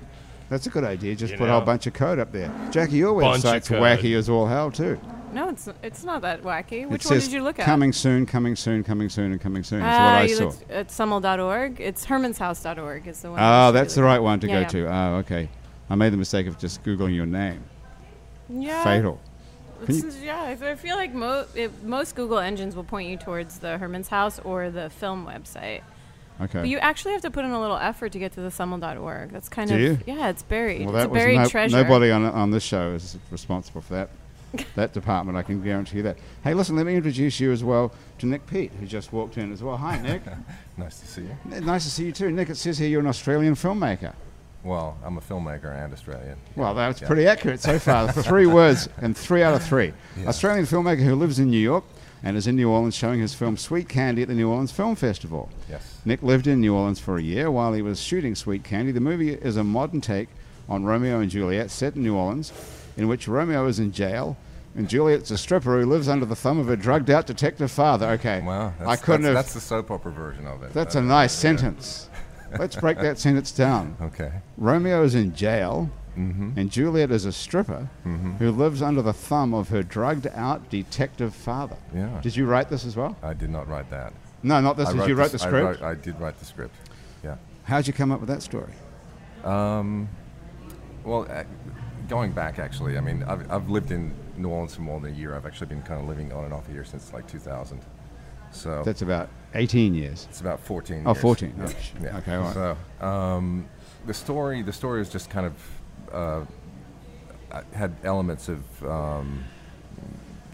Speaker 1: That's a good idea. Just
Speaker 4: You
Speaker 1: put a whole
Speaker 4: know.
Speaker 1: bunch of code up there. Jackie, your
Speaker 4: Bunch of
Speaker 1: website's
Speaker 4: code.
Speaker 1: wacky as all hell, too.
Speaker 2: No, it's it's not that wacky. Which
Speaker 1: it
Speaker 2: one
Speaker 1: says,
Speaker 2: did you look at?
Speaker 1: Coming soon, coming soon, coming soon, and coming soon. That's
Speaker 2: Ah,
Speaker 1: what I
Speaker 2: you
Speaker 1: saw.
Speaker 2: looked at summel.org. It's hermanshouse.org is the one.
Speaker 1: Oh,
Speaker 2: I was
Speaker 1: that's the
Speaker 2: really-
Speaker 1: right one to
Speaker 2: Yeah,
Speaker 1: go
Speaker 2: yeah.
Speaker 1: to. Oh, okay. I made the mistake of just Googling your name.
Speaker 2: Yeah,
Speaker 1: Fatal. Can you-
Speaker 2: This is- yeah, I I feel like mo- it, most Google engines will point you towards the Herman's House or the film website.
Speaker 1: Okay.
Speaker 2: But you actually have to put in a little effort to get to the summel.org. That's kind
Speaker 1: Do
Speaker 2: of
Speaker 1: you?
Speaker 2: yeah, it's buried.
Speaker 1: well,
Speaker 2: it's
Speaker 1: that
Speaker 2: a
Speaker 1: was
Speaker 2: buried
Speaker 1: no-
Speaker 2: treasure.
Speaker 1: nobody on, on this show is responsible for that. that department, I can guarantee that. Hey, listen, let me introduce you as well to Nick Pete, who just walked in as well. Hi, Nick.
Speaker 5: Nice to see you.
Speaker 1: N- nice to see you too. Nick, it says here you're an Australian filmmaker.
Speaker 5: Well, I'm a filmmaker and Australian.
Speaker 1: Well, that's
Speaker 5: Yeah.
Speaker 1: pretty accurate so far. three words and three out of three. Australian filmmaker who lives in New York and is in New Orleans showing his film Sweet Candy at the New Orleans Film Festival.
Speaker 5: Yes.
Speaker 1: Nick lived in New Orleans for a year while he was shooting Sweet Candy. The movie is a modern take on Romeo and Juliet set in New Orleans, in which Romeo is in jail and Juliet's a stripper who lives under the thumb of her drugged out detective father. Okay.
Speaker 5: Wow, that's,
Speaker 1: I couldn't
Speaker 5: that's,
Speaker 1: have.
Speaker 5: that's the soap opera version of it.
Speaker 1: That's
Speaker 5: Uh,
Speaker 1: a nice
Speaker 5: yeah.
Speaker 1: sentence. Let's break that sentence down.
Speaker 5: Okay.
Speaker 1: Romeo is in jail,
Speaker 5: Mm-hmm.
Speaker 1: and Juliet is a stripper who lives under the thumb of her drugged out detective father.
Speaker 5: Yeah.
Speaker 1: Did you write this as well?
Speaker 5: I did not write that.
Speaker 1: No, not this.
Speaker 5: I
Speaker 1: is- you wrote the
Speaker 5: s- I uh,
Speaker 1: script.
Speaker 5: I did write the script. Yeah.
Speaker 1: How'd you come up with that story?
Speaker 5: Well, uh, going back actually, I mean, I've, I've lived in New Orleans for more than a year. I've actually been kind of living on and off here since like 2000. So
Speaker 1: That's about 18 years.
Speaker 5: it's about 14.
Speaker 1: Oh,
Speaker 5: years.
Speaker 1: 14.
Speaker 5: Yeah.
Speaker 1: Oh, sh-
Speaker 5: Yeah.
Speaker 1: Okay, all right.
Speaker 5: So um, the story, the story is just kind of uh, I had elements of um,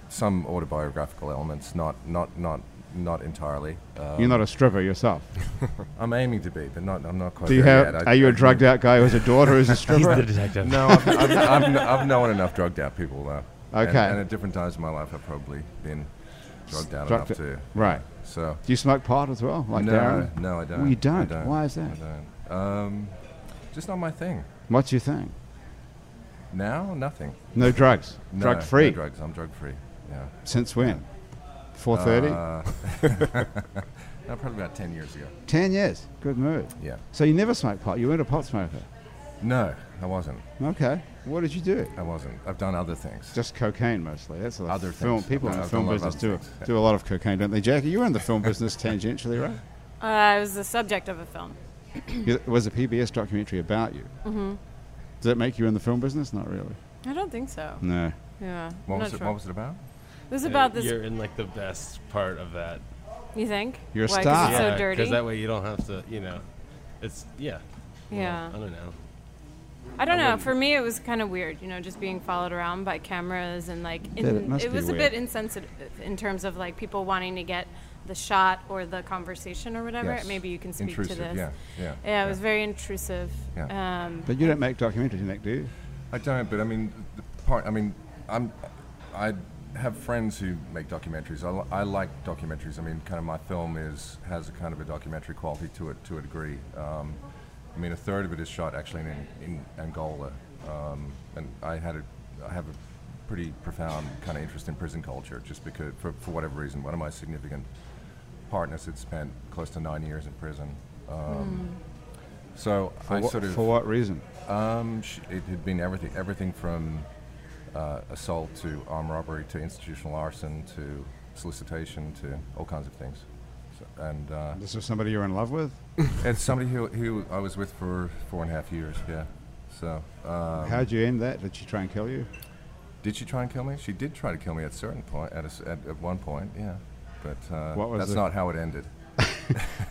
Speaker 5: some autobiographical elements, not not not not entirely. Uh,
Speaker 1: You're not a stripper yourself.
Speaker 5: I'm aiming to be, but not. I'm not quite.
Speaker 1: Do you
Speaker 5: there
Speaker 1: have?
Speaker 5: yet. I-
Speaker 1: are you
Speaker 5: I-
Speaker 1: a drugged out guy who has a daughter who's a stripper?
Speaker 4: detective.
Speaker 5: No, I've, I've, I've, kn- I've known enough drugged out people though. And-
Speaker 1: Okay.
Speaker 5: And, at different times in my life, I've probably been drugged out
Speaker 1: Drugged
Speaker 5: enough
Speaker 1: out.
Speaker 5: to.
Speaker 1: Right.
Speaker 5: So.
Speaker 1: Do you smoke pot as well, like
Speaker 5: no,
Speaker 1: Darren?
Speaker 5: no, I don't.
Speaker 1: Well, you
Speaker 5: I
Speaker 1: don't. Why is that?
Speaker 5: I don't. Um, just not my thing.
Speaker 1: What's your thing?
Speaker 5: Now, nothing.
Speaker 1: No drugs.
Speaker 5: No,
Speaker 1: drug free.
Speaker 5: No drugs. I'm drug free. Yeah.
Speaker 1: Since when? 4:30.
Speaker 5: Uh, No, probably about ten years ago.
Speaker 1: Ten years. Good move.
Speaker 5: Yeah.
Speaker 1: So you never smoked pot. You weren't a pot smoker.
Speaker 5: No, I wasn't.
Speaker 1: Okay. What did you do?
Speaker 5: I wasn't. I've done other things.
Speaker 1: Just cocaine mostly. That's the
Speaker 5: Other
Speaker 1: film.
Speaker 5: things.
Speaker 1: People in the
Speaker 5: I've done
Speaker 1: film
Speaker 5: a lot of
Speaker 1: business do
Speaker 5: other things.
Speaker 1: do a lot of cocaine, don't they, Jackie? You were in the film business tangentially, right?
Speaker 2: Uh, I was the subject of a film.
Speaker 1: You- It was a PBS documentary about you. Mm-hmm. Does that make you in the film business? Not really.
Speaker 2: I don't think so.
Speaker 1: No.
Speaker 2: Yeah,
Speaker 5: what
Speaker 2: I'm
Speaker 5: was
Speaker 2: not
Speaker 5: it?
Speaker 2: sure.
Speaker 5: What was it about?
Speaker 2: it was about this.
Speaker 4: You're in like the best part of that.
Speaker 2: You think?
Speaker 1: You're a
Speaker 2: Why, 'cause
Speaker 1: star.
Speaker 2: It's
Speaker 1: Yeah,
Speaker 2: so dirty.
Speaker 4: Because that way you don't have to. You know, it's yeah.
Speaker 2: yeah.
Speaker 4: I don't know.
Speaker 2: I don't know. For me, it was kind of weird, you know, just being followed around by cameras and like
Speaker 1: That it must be
Speaker 2: was a
Speaker 1: weird.
Speaker 2: bit insensitive in terms of like people wanting to get the shot or the conversation or whatever.
Speaker 5: Yes.
Speaker 2: Maybe you can speak
Speaker 5: Intrusive,
Speaker 2: to this.
Speaker 5: yeah, yeah,
Speaker 2: it was
Speaker 5: yeah.
Speaker 2: very intrusive.
Speaker 5: Yeah.
Speaker 2: Um,
Speaker 1: But you don't make documentaries, Nick, do you?
Speaker 5: I don't, but I mean, the part. I mean, I'm. I have friends who make documentaries. I, li- I like documentaries. I mean, kind of my film is has a kind of a documentary quality to it to a degree. Um, I mean, a third of it is shot actually in, in Angola, um, and I had a. I have a pretty profound kind of interest in prison culture, just because for, for whatever reason, one of my significant partners had spent close to nine years in prison. Um, So
Speaker 1: For,
Speaker 5: I
Speaker 1: what,
Speaker 5: sort of
Speaker 1: for what reason?
Speaker 5: um, sh- it had been everything, everything from uh, assault to armed robbery to institutional arson to solicitation to all kinds of things. So, and uh,
Speaker 1: This is somebody you're in love with?
Speaker 5: it's somebody who, who I was with for four and a half years. Yeah. So um,
Speaker 1: How'd you end that? Did she try and kill you?
Speaker 5: did she try and kill me? She did try to kill me at certain point. At a s at, at one point, yeah. But uh,
Speaker 1: What was
Speaker 5: that's
Speaker 1: the-
Speaker 5: not how it ended.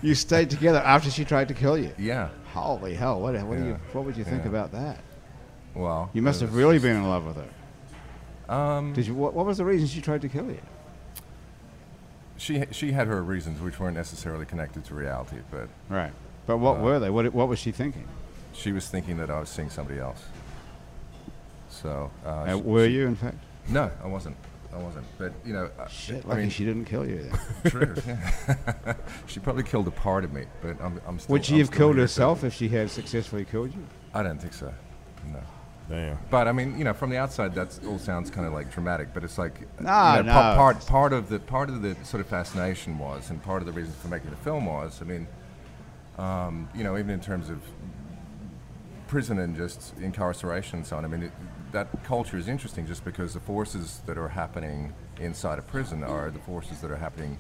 Speaker 1: You stayed together after she tried to kill you.
Speaker 5: Yeah.
Speaker 1: Holy hell! What, what, do you,
Speaker 5: Yeah.
Speaker 1: what would you think
Speaker 5: Yeah.
Speaker 1: about that?
Speaker 5: Well, uh,
Speaker 1: You must
Speaker 5: it
Speaker 1: have
Speaker 5: was
Speaker 1: really
Speaker 5: just-
Speaker 1: been in love with her.
Speaker 5: Um,
Speaker 1: Did you? What, what was the reason she tried to kill you?
Speaker 5: she she had her reasons, which weren't necessarily connected to reality, but
Speaker 1: Right. But what
Speaker 5: Uh,
Speaker 1: were they? What, what was she thinking?
Speaker 5: She was thinking that I was seeing somebody else. So uh,
Speaker 1: Uh,
Speaker 5: she-
Speaker 1: were
Speaker 5: she-
Speaker 1: you, in fact?
Speaker 5: No, I wasn't. I wasn't. But you know, I-
Speaker 1: Shit,
Speaker 5: I
Speaker 1: lucky
Speaker 5: mean,
Speaker 1: she didn't kill you. Then.
Speaker 5: true, yeah. she probably killed a part of me, but I'm, I'm still.
Speaker 1: Would she
Speaker 5: I'm
Speaker 1: have
Speaker 5: still
Speaker 1: killed
Speaker 5: here,
Speaker 1: herself
Speaker 5: so-
Speaker 1: if she had successfully killed you?
Speaker 5: I don't think so. No.
Speaker 3: Damn.
Speaker 5: But I mean, you know, from the outside, that all sounds kind of like dramatic. But it's like,
Speaker 1: No,
Speaker 5: you know, pa-
Speaker 1: no.
Speaker 5: part part of the part of the sort of fascination was, and part of the reason for making the film was, I mean, um, you know, even in terms of prison and just incarceration and so on. I mean, it, that culture is interesting just because the forces that are happening inside a prison are the forces that are happening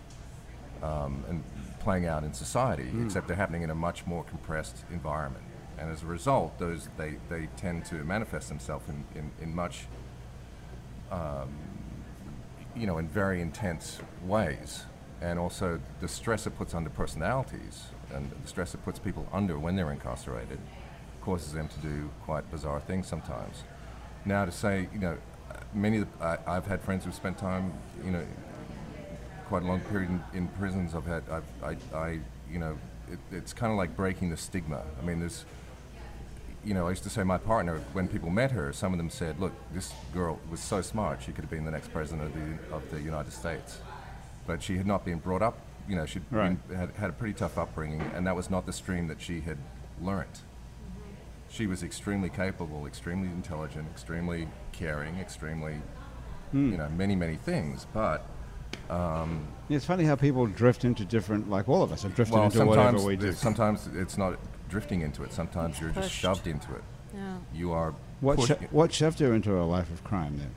Speaker 5: um, and playing out in society, except they're happening in a much more compressed environment. And as a result, those they, they tend to manifest themselves in, in, in much, um, you know, in very intense ways. And also the stress it puts under personalities and the stress it puts people under when they're incarcerated causes them to do quite bizarre things sometimes. Now to say, you know, many of the, I, I've had friends who've spent time, you know, quite a long period in, in prisons. I've had, I've, I, I, you know, it, it's kind of like breaking the stigma. I mean, there's, you know, I used to say my partner, when people met her, some of them said, look, this girl was so smart, she could have been the next president of the, of the United States. But she had not been brought up, you know, she'd
Speaker 1: Right.
Speaker 5: been, had, had a pretty tough upbringing, and that was not the stream that she had learnt. She was extremely capable, extremely intelligent, extremely caring, extremely, you know, many, many things. But
Speaker 1: It's funny how people drift into different, like all of us have drifted
Speaker 5: well,
Speaker 1: into whatever
Speaker 5: sometimes,
Speaker 1: we do.
Speaker 5: sometimes it's not drifting into it. Sometimes you're just
Speaker 2: pushed.
Speaker 5: shoved into it.
Speaker 2: yeah.
Speaker 5: You are.
Speaker 1: What,
Speaker 5: pushed-
Speaker 1: sho- what shoved her into a life of crime then?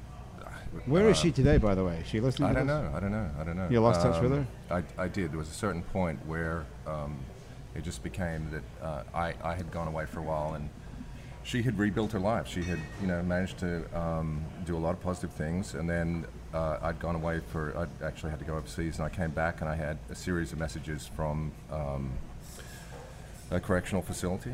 Speaker 1: Where is she today, by the way? Is she listening
Speaker 5: uh, I
Speaker 1: to
Speaker 5: don't
Speaker 1: this?
Speaker 5: know. I don't know. I don't know.
Speaker 1: You lost touch with
Speaker 5: her. I, I did. There was a certain point where um, it just became that uh, I I had gone away for a while and she had rebuilt her life. She had you know managed to um, do a lot of positive things and then. Uh, I'd gone away for, I actually had to go overseas and I came back and I had a series of messages from um, a correctional facility.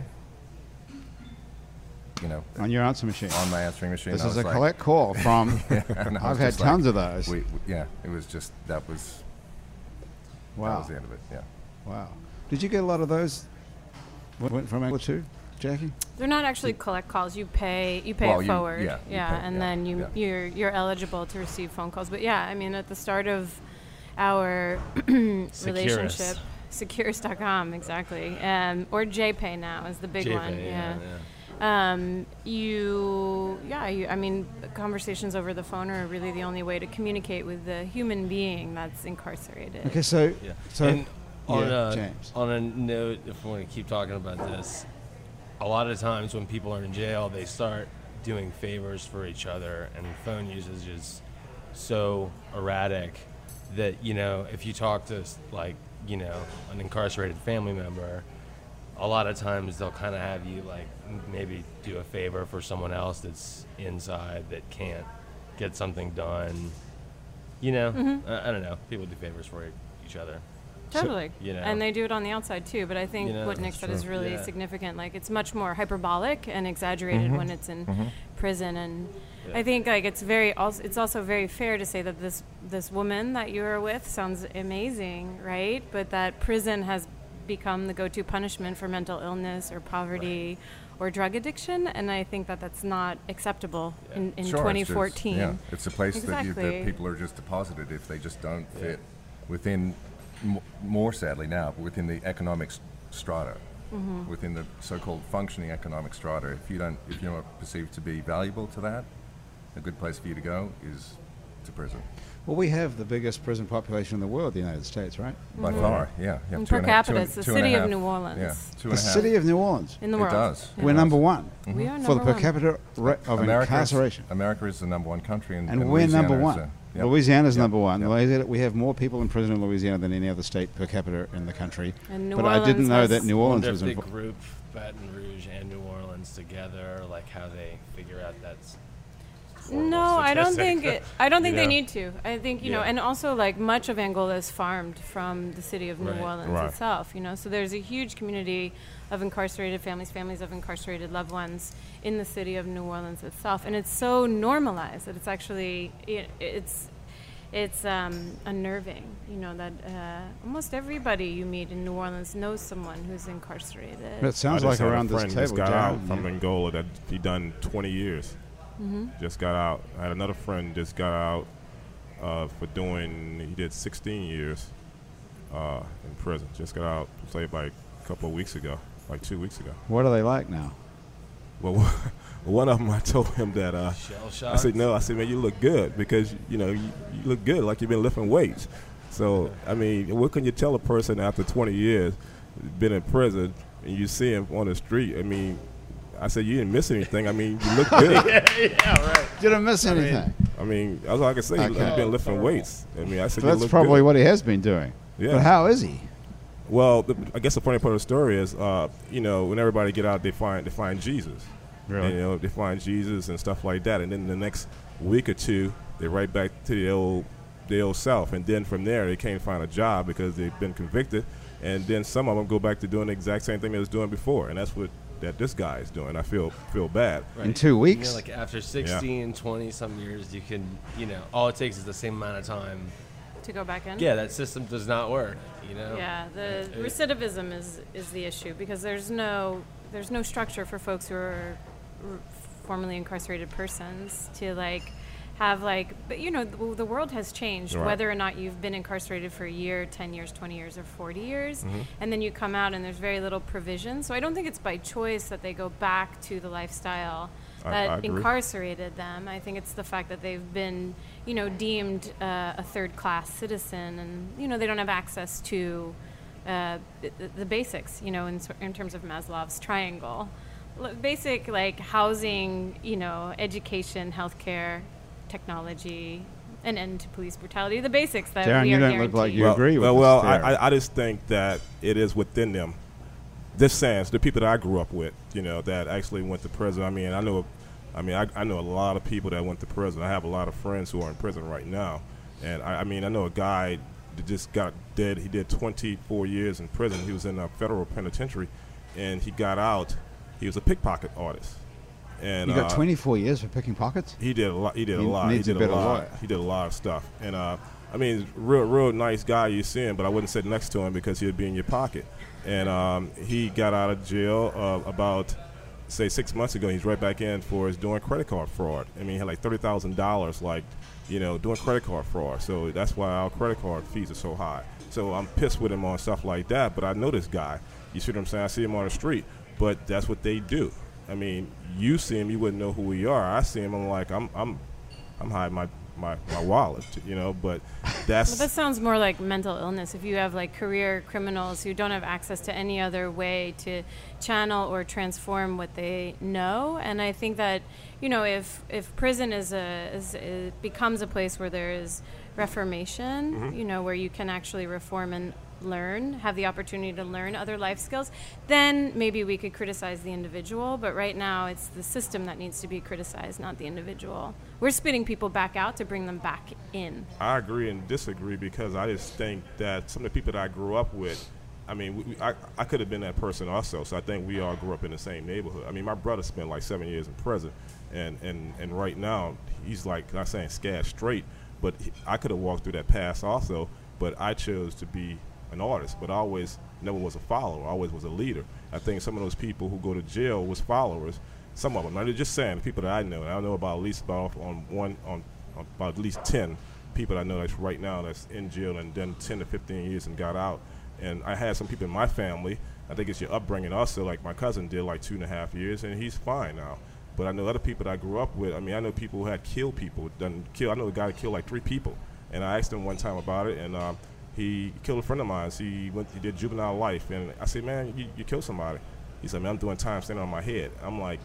Speaker 5: You know,
Speaker 1: On your answer machine.
Speaker 5: on my answering machine.
Speaker 1: this
Speaker 5: I
Speaker 1: is
Speaker 5: was
Speaker 1: a
Speaker 5: like,
Speaker 1: collect call from.
Speaker 5: and I
Speaker 1: I've
Speaker 5: was
Speaker 1: had
Speaker 5: just like,
Speaker 1: tons of those.
Speaker 5: We, we- yeah, it was just, that was, that
Speaker 1: wow.
Speaker 5: was the end of it, yeah.
Speaker 1: Wow. Did you get a lot of those? Went went from Angle to Jackie?
Speaker 2: They're not actually collect calls. You pay. You pay
Speaker 5: Well,
Speaker 2: it
Speaker 5: you-
Speaker 2: forward.
Speaker 5: yeah, you pay-
Speaker 2: and
Speaker 5: yeah,
Speaker 2: then you
Speaker 5: yeah.
Speaker 2: you're you're eligible to receive phone calls. But yeah, I mean, at the start of our relationship, Securus.com exactly, um, or JPay now is the big
Speaker 4: JPay,
Speaker 2: one.
Speaker 4: yeah,
Speaker 2: yeah.
Speaker 4: yeah.
Speaker 2: um, you, yeah, you, I mean, conversations over the phone are really the only way to communicate with the human being that's incarcerated.
Speaker 1: Okay, so.
Speaker 4: Yeah.
Speaker 1: so
Speaker 4: and on
Speaker 1: yeah,
Speaker 4: a
Speaker 1: James.
Speaker 4: on a note, if we want to keep talking about this, a lot of times when people are in jail, they start doing favors for each other, and phone usage is so erratic that you know if you talk to like you know an incarcerated family member. A lot of times they'll kind of have you like m- maybe do a favor for someone else that's inside that can't get something done. You know, I, I don't know. People do favors for each other.
Speaker 2: Totally.
Speaker 4: you know.
Speaker 2: And they do it on the outside too, but I think
Speaker 4: You know,
Speaker 2: what Nick
Speaker 4: that's
Speaker 2: said is
Speaker 4: true.
Speaker 2: really
Speaker 4: Yeah. Mm-hmm.
Speaker 2: significant. Like it's much more hyperbolic and exaggerated when it's in prison and I think like it's very also it's also very fair to say that this this woman that you were with sounds amazing, right? But that prison has become the go-to punishment for mental illness or poverty or drug addiction and I think that that's not acceptable in, in
Speaker 5: Sure, it's just-
Speaker 2: 2014.
Speaker 5: yeah, it's a place that, you,
Speaker 2: Exactly.
Speaker 5: that people are just deposited if they just don't fit within, m- more sadly now, but within the economic s- strata,
Speaker 2: Mm-hmm.
Speaker 5: within the so-called functioning economic strata. If you don't, if you're not perceived to be valuable to that, a good place for you to go is to prison.
Speaker 1: Well, we have the biggest prison population in the world, the United States, right?
Speaker 5: By far, yeah, yeah.
Speaker 2: And Mm-hmm.
Speaker 5: two
Speaker 2: per
Speaker 5: and a half-
Speaker 2: capita,
Speaker 5: two
Speaker 2: it's
Speaker 5: and-
Speaker 2: the
Speaker 5: two and a
Speaker 2: city of
Speaker 5: half-
Speaker 2: New Orleans.
Speaker 5: Yeah, two
Speaker 1: The
Speaker 5: and a half.
Speaker 1: city of New Orleans.
Speaker 2: In the
Speaker 5: It
Speaker 2: world.
Speaker 5: does.
Speaker 2: Yeah.
Speaker 1: We're number one
Speaker 2: We are number
Speaker 1: for the per
Speaker 2: one.
Speaker 1: capita ra- of
Speaker 5: America
Speaker 1: incarceration.
Speaker 5: Is, America is the number one country, and,
Speaker 1: And,
Speaker 5: and
Speaker 1: we're
Speaker 5: Louisiana
Speaker 1: number
Speaker 5: is
Speaker 1: one.
Speaker 5: a- yep.
Speaker 1: Louisiana's
Speaker 5: Yep.
Speaker 1: number one.
Speaker 5: Yep.
Speaker 1: Louisiana, we have more people in prison in Louisiana than any other state per capita in the country.
Speaker 2: And New
Speaker 1: but I didn't
Speaker 2: Orleans
Speaker 1: know
Speaker 2: has-
Speaker 1: that New
Speaker 4: I
Speaker 1: Orleans
Speaker 4: wonder
Speaker 1: was
Speaker 4: if they
Speaker 1: involved.
Speaker 4: group Baton Rouge and New Orleans together, like how they figure out that's. horrible
Speaker 2: No, I don't
Speaker 4: statistic.
Speaker 2: think it, I don't think they
Speaker 4: know?
Speaker 2: need to. I think you know,
Speaker 4: Yeah.
Speaker 2: and also like much of Angola is farmed from the city of New
Speaker 4: Right.
Speaker 2: Orleans
Speaker 3: Right.
Speaker 2: itself. You know, so there's a huge community of incarcerated families, families of incarcerated loved ones in the city of New Orleans itself, and it's so normalized that it's actually i it's it's um, unnerving. You know that uh, almost everybody you meet in New Orleans knows someone who's incarcerated.
Speaker 1: It sounds
Speaker 3: I
Speaker 1: like
Speaker 3: just had
Speaker 1: around
Speaker 3: a
Speaker 1: this
Speaker 3: friend
Speaker 1: table.
Speaker 3: who just got
Speaker 1: Darren,
Speaker 3: out from
Speaker 1: yeah.
Speaker 3: Angola that he done 20 years. Just got out. I had another friend just got out uh, for doing. He did 16 years uh, in prison. Just got out. Played like a couple of weeks ago, like two weeks ago.
Speaker 1: What are they like now?
Speaker 3: Well, one of them, I told him that. Uh,
Speaker 4: Shell
Speaker 3: I
Speaker 4: shock.
Speaker 3: said no. I said, man, you look good because you know you, you look good like you've been lifting weights. So I mean, what can you tell a person after 20 years been in prison and you see him on the street? I mean, I said you didn't miss anything. I mean, you look good.
Speaker 1: Did I miss anything?
Speaker 3: I mean, that's all I can say. You've
Speaker 1: Okay.
Speaker 3: been lifting weights. I mean, I
Speaker 1: So
Speaker 3: said you
Speaker 1: that's
Speaker 3: look
Speaker 1: probably
Speaker 3: good.
Speaker 1: what he has been doing.
Speaker 3: Yeah.
Speaker 1: But how is he?
Speaker 3: Well, the, I guess the funny part of the story is, uh, you know, when everybody get out, they find they find Jesus.
Speaker 1: Really?
Speaker 3: You know, they find Jesus and stuff like that, and then the next week or two, they're right back to the old the old self, and then from there, they can't find a job because they've been convicted, and then some of them go back to doing the exact same thing they was doing before, and that's what that this guy is doing. I feel feel bad.
Speaker 4: Right.
Speaker 1: In two
Speaker 4: You
Speaker 1: weeks?
Speaker 4: know, like after 16, 20 some years, you can, you know, all it takes is the same amount of time.
Speaker 2: to go back in.
Speaker 4: Yeah, that system does not work, you know?
Speaker 2: Yeah, the
Speaker 4: It-
Speaker 2: recidivism is is the issue because there's no there's no structure for folks who are r- formerly incarcerated persons to like have like but you know the, the world has changed
Speaker 3: Right.
Speaker 2: whether or not you've been incarcerated for a year 10 years 20 years or 40 years
Speaker 3: Mm-hmm.
Speaker 2: and then you come out and there's very little provision so i don't think it's by choice that they go back to the lifestyle
Speaker 3: I-
Speaker 2: that
Speaker 3: I agree.
Speaker 2: incarcerated them i think it's the fact that they've been you know deemed uh, a third class citizen and you know they don't have access to uh, the, the basics you know in, s- in terms of maslow's triangle L- basic like housing you know education healthcare technology an end to police brutality the basics that
Speaker 1: Darren,
Speaker 2: we
Speaker 1: you
Speaker 2: are
Speaker 1: don't look like
Speaker 2: guaranteed.
Speaker 1: you agree with
Speaker 3: well,
Speaker 1: this
Speaker 3: well
Speaker 1: theory.
Speaker 3: I, I- I just think that it is within them this sense the people that i grew up with you know that actually went to prison i mean i know i mean i, I know a lot of people that went to prison i have a lot of friends who are in prison right now and i, I mean i know a guy that just got dead he did 24 years in prison he was in a federal penitentiary and he got out he was a pickpocket artist and
Speaker 1: You got
Speaker 3: uh,
Speaker 1: 24 years for picking pockets?
Speaker 3: he did a lot. He did
Speaker 1: He
Speaker 3: a lot. He
Speaker 1: needs a
Speaker 3: did a,
Speaker 1: better
Speaker 3: lot.
Speaker 1: lawyer.
Speaker 3: He did a lot of stuff. And uh, I mean, he's a real, real nice guy you see him, but I wouldn't sit next to him because he'd be in your pocket. And um, he got out of jail uh, about say six months ago. He's right back in for his doing credit card fraud. I mean, he had like thirty thousand dollars, like you know, doing credit card fraud. So that's why our credit card fees are so high. So I'm pissed with him on stuff like that. But I know this guy. You see what I'm saying? I see him on the street, but that's what they do. I mean, you see him, you wouldn't know who we are. I see him, I'm like, I'm, I'm, I'm hiding my, my, my wallet, you know. But that's
Speaker 2: Well, that sounds more like mental illness. If you have like career criminals who don't have access to any other way to channel or transform what they know, and I think that you know if if prison is a is, it becomes a place where there is reformation, you know, where you can actually reform and learn, have the opportunity to learn other life skills, then maybe we could criticize the individual. But right now, it's the system that needs to be criticized, not the individual. We're spitting people back out to bring them back in.
Speaker 3: I agree and disagree because I just think that some of the people that I grew up with, I mean, we, we- I, I could have been that person also. So I think we all grew up in the same neighborhood. I mean, my brother spent like seven years in prison, and and and right now he's like not saying scared straight, but he- I could have walked through that path also. But I chose to be an artist, but I always never was a follower. I always was a leader. I think some of those people who go to jail was followers. Some of them. I'm just saying the people that I know. And I know about at least about on one on, on about at least ten people I know that's right now that's in jail and done ten to fifteen years and got out. And I had some people in my family. I think it's your upbringing also. Like my cousin did like two and a half years, and he's fine now. But I know other people that I grew up with. I mean, I know people who had killed people, done kill. I know a guy that killed like three people, and I asked him one time about it, and um, he killed a friend of mine. So he went, he did juvenile life, and I said, man, you, you killed somebody. He said, man, I'm doing time standing on my head. I'm like,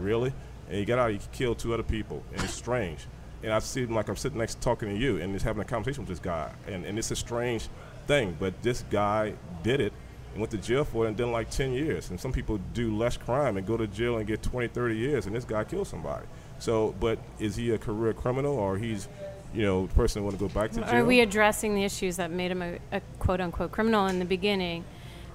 Speaker 3: really? And he got out, he killed two other people, and it's strange. And I see him like I'm sitting next talking to you, and just having a conversation with this guy, and and it's a strange thing, but this guy did it and went to jail for it and done like 10 years. And some people do less crime and go to jail and get 20, 30 years, and this guy killed somebody. So, but is he a career criminal or he's, you know, the person who want to go back to jail?
Speaker 2: Are we addressing the issues that made him a, a quote unquote criminal in the beginning?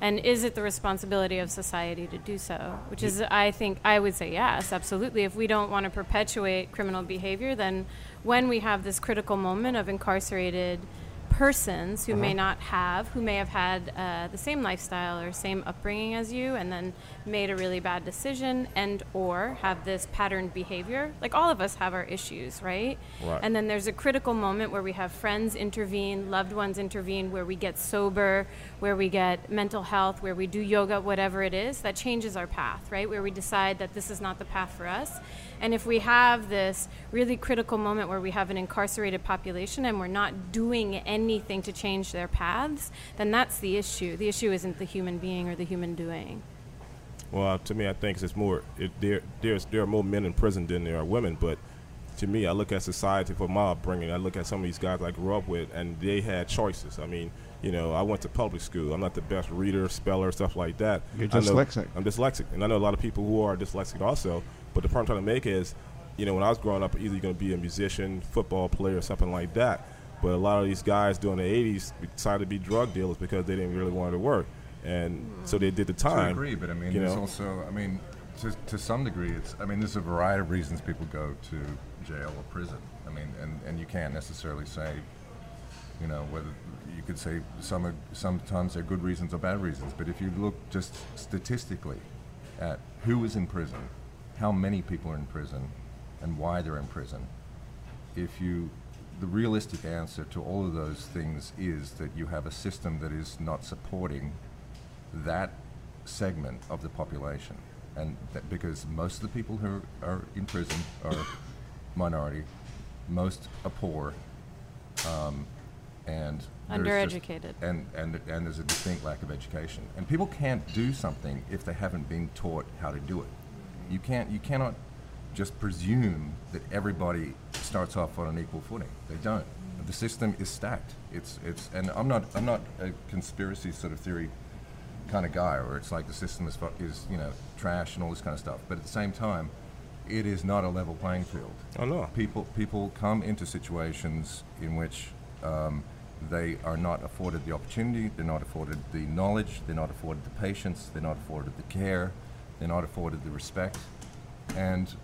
Speaker 2: And is it the responsibility of society to do so? Which is, I think, I would say yes, absolutely. If we don't want to perpetuate criminal behavior, then when we have this critical moment of incarcerated persons who may not have, who may have had uh, the same lifestyle or same upbringing as you, and then made a really bad decision, and or have this patterned behavior. Like all of us have our issues, right?
Speaker 3: Right.
Speaker 2: And then there's a critical moment where we have friends intervene, loved ones intervene, where we get sober, where we get mental health, where we do yoga, whatever it is, that changes our path, right? Where we decide that this is not the path for us. And if we have this really critical moment where we have an incarcerated population and we're not doing anything to change their paths, then that's the issue. The issue isn't the human being or the human doing.
Speaker 3: Well, to me, I think it's more it, there. There's there are more men in prison than there are women, but to me, I look at society for my upbringing. I look at some of these guys I grew up with, and they had choices. I mean, you know, I went to public school. I'm not the best reader, speller, stuff like that.
Speaker 1: You're
Speaker 3: I know-
Speaker 1: dyslexic.
Speaker 3: I'm dyslexic, and I know a lot of people who are dyslexic also. But the point I'm trying to make is, you know, when I was growing up, either you're going to be a musician, football player, or something like that. But a lot of these guys during the '80s decided to be drug dealers because they didn't really want to work, and so they did the time.
Speaker 5: I agree, but I mean,
Speaker 3: you
Speaker 5: there's
Speaker 3: know?
Speaker 5: also, I mean, to, to some degree, it's, I mean, there's a variety of reasons people go to jail or prison. I mean, and, and you can't necessarily say, you know, whether you could say some are, sometimes they're good reasons or bad reasons, but if you look just statistically at who is in prison, how many people are in prison, and why they're in prison, if you the realistic answer to all of those things is that you have a system that is not supporting that segment of the population and that because most of the people who are in prison are minority most are poor um, and there's just-
Speaker 2: Undereducated.
Speaker 5: and, and and there's a distinct lack of education and people can't do something if they haven't been taught how to do it you can't you cannot just presume that everybody starts off on an equal footing. They don't. The system is stacked. It's it's and I'm not I'm not a conspiracy sort of theory kind of guy where it's like the system is fu- is you know trash and all this kind of stuff. But at the same time, it is not a level playing field.
Speaker 3: Oh, no.
Speaker 5: People people come into situations in which um, they are not afforded the opportunity, they're not afforded the knowledge, they're not afforded the patience, they're not afforded the care, they're not afforded the respect, and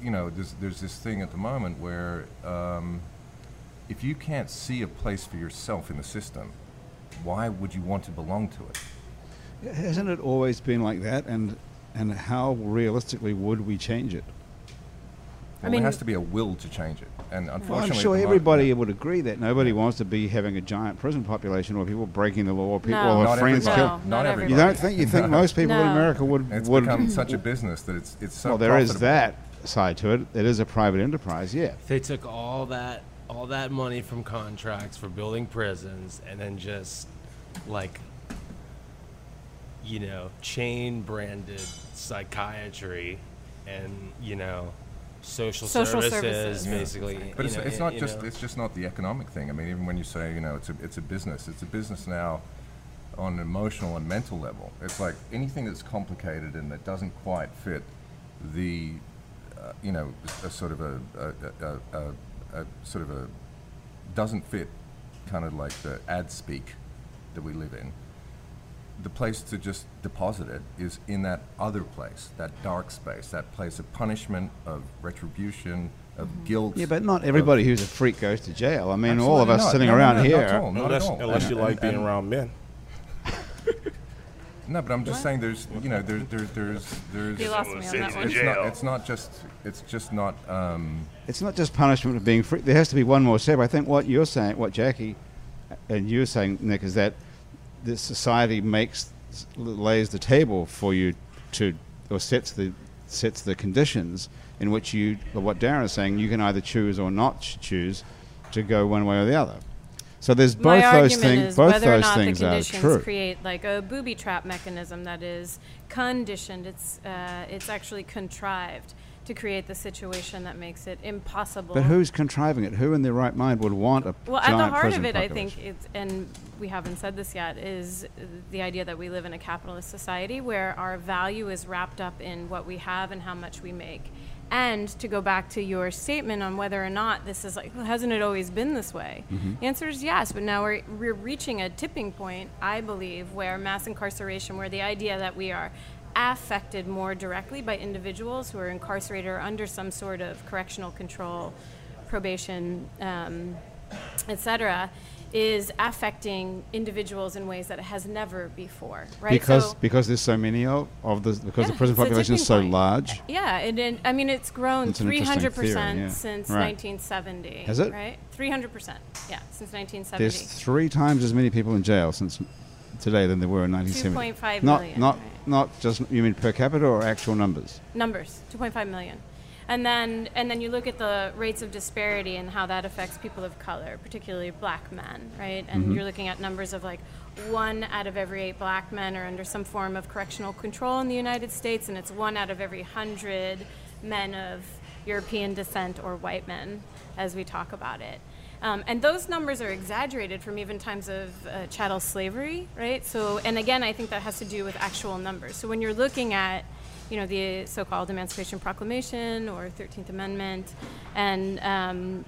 Speaker 5: you know there's there's this thing at the moment where um, if you can't see a place for yourself in the system, why would you want to belong to it?
Speaker 1: Hasn't it always been like that? And and how realistically would we change it?
Speaker 5: Well,
Speaker 2: mean-
Speaker 5: there has to be a will to change it, and
Speaker 1: Well, I'm
Speaker 5: unfortunately,
Speaker 1: sure
Speaker 5: at the moment-
Speaker 1: everybody would agree that nobody wants to be having a giant prison population or people breaking the law or people
Speaker 2: No.
Speaker 1: or
Speaker 5: not
Speaker 1: friends
Speaker 5: everybody.
Speaker 1: killed.
Speaker 2: kill-
Speaker 5: Not
Speaker 2: Not
Speaker 5: everybody.
Speaker 1: You don't think you think
Speaker 5: No.
Speaker 1: most people in
Speaker 2: No.
Speaker 1: America would
Speaker 5: It's
Speaker 1: would
Speaker 5: become such a business that it's it's so.
Speaker 1: well there is
Speaker 5: profitable.
Speaker 1: that side to it. It is a private enterprise, yeah.
Speaker 4: If they took all that all that money from contracts for building prisons and then just like you know chain branded psychiatry and you know social,
Speaker 2: Social
Speaker 4: services,
Speaker 2: services. Yeah.
Speaker 4: basically.
Speaker 5: But
Speaker 4: you
Speaker 5: it's,
Speaker 4: know,
Speaker 5: it's
Speaker 4: you-
Speaker 5: not
Speaker 4: you
Speaker 5: just
Speaker 4: know.
Speaker 5: it's just not the economic thing. I mean, even when you say you know it's a it's a business, it's a business now on an emotional and mental level. It's like anything that's complicated and that doesn't quite fit the uh, you know a sort of a, a, a, a, a, a sort of a doesn't fit kind of like the ad speak that we live in. The place to just deposit it is in that other place, that dark space, that place of punishment, of retribution, of guilt.
Speaker 1: Yeah, but not everybody who's a freak goes to jail. I mean, all of
Speaker 5: Absolutely
Speaker 1: us
Speaker 5: not.
Speaker 1: sitting
Speaker 5: No, no,
Speaker 1: around
Speaker 5: no, not
Speaker 1: here.
Speaker 5: at all, not at
Speaker 3: unless,
Speaker 5: all.
Speaker 3: unless you
Speaker 5: And-
Speaker 3: like
Speaker 5: and-
Speaker 3: being
Speaker 5: and-
Speaker 3: around men.
Speaker 5: No, but I'm just saying there's, you know, there's, there's, there's, there's.
Speaker 2: You lost me on that one.
Speaker 5: It's not, it's not just, it's just not, um,
Speaker 1: It's not just punishment of being free. There has to be one more step. I think what you're saying, what Jackie and you're saying, Nick, is that the society makes lays the table for you to, or sets the sets the conditions in which you, or what Darren is saying, you can either choose or not ch- choose to go one way or the other. So there's both
Speaker 2: My
Speaker 1: those
Speaker 2: argument
Speaker 1: things.
Speaker 2: is
Speaker 1: Both
Speaker 2: whether or
Speaker 1: those
Speaker 2: not
Speaker 1: things
Speaker 2: the
Speaker 1: are
Speaker 2: conditions
Speaker 1: true.
Speaker 2: create like a booby trap mechanism that is conditioned. It's uh, it's actually contrived to create the situation that makes it impossible.
Speaker 1: but who's contriving it? Who in their right mind would want a
Speaker 2: well, at
Speaker 1: giant
Speaker 2: the heart
Speaker 1: prison
Speaker 2: of it, I
Speaker 1: population?
Speaker 2: think it's, and we haven't said this yet, is the idea that we live in a capitalist society where our value is wrapped up in what we have and how much we make. And to go back to your statement on whether or not this is like, well, hasn't it always been this way?
Speaker 1: Mm-hmm.
Speaker 2: The answer is yes, but now we're, we're reaching a tipping point, I believe, where mass incarceration, where the idea that we are affected more directly by individuals who are incarcerated or under some sort of correctional control, probation, um, etc is affecting individuals in ways that it has never before right
Speaker 1: because
Speaker 2: so,
Speaker 1: because there's so many of, of the because the
Speaker 2: Yeah,
Speaker 1: prison
Speaker 2: it's a
Speaker 1: population is
Speaker 2: tipping
Speaker 1: so
Speaker 2: point.
Speaker 1: large.
Speaker 2: yeah and, and i mean it's grown
Speaker 1: It's an
Speaker 2: 300%
Speaker 1: interesting theory, yeah.
Speaker 2: since
Speaker 1: Right.
Speaker 2: 1970
Speaker 1: Has it?
Speaker 2: right 300% yeah since 1970
Speaker 1: There's three times as many people in jail since today than there were in 1970.
Speaker 2: 2.5
Speaker 1: not,
Speaker 2: million,
Speaker 1: Not,
Speaker 2: right.
Speaker 1: not just, you mean per capita or actual numbers?
Speaker 2: numbers 2.5 million and then and then you look at the rates of disparity and how that affects people of color particularly black men right and you're looking at numbers of like one out of every eight black men are under some form of correctional control in the united states and it's one out of every hundred men of european descent or white men as we talk about it um, and those numbers are exaggerated from even times of uh, chattel slavery, right? So, and again, I think that has to do with actual numbers. So, when you're looking at, you know, the so-called Emancipation Proclamation or Thirteenth Amendment, and um,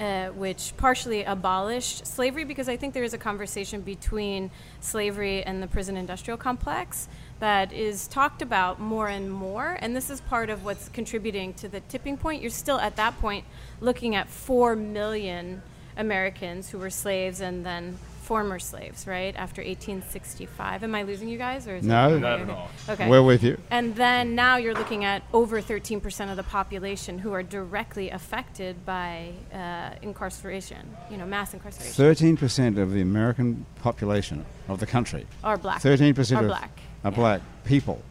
Speaker 2: uh, which partially abolished slavery because I think there is a conversation between slavery and the prison industrial complex that is talked about more and more. And this is part of what's contributing to the tipping point. You're still at that point looking at 4 million Americans who were slaves and then former slaves, right? After 1865. Am I losing you guys? Or is
Speaker 1: No.
Speaker 2: it
Speaker 1: Not
Speaker 4: at all.
Speaker 2: Okay.
Speaker 1: We're with you.
Speaker 2: And then now you're looking at over 13% of the population who are directly affected by uh, incarceration, you know, mass incarceration,
Speaker 1: 13% of the American population of the country,
Speaker 2: or black.
Speaker 1: 13%
Speaker 2: Or
Speaker 1: of
Speaker 2: black.
Speaker 1: are
Speaker 2: yeah.
Speaker 1: black people.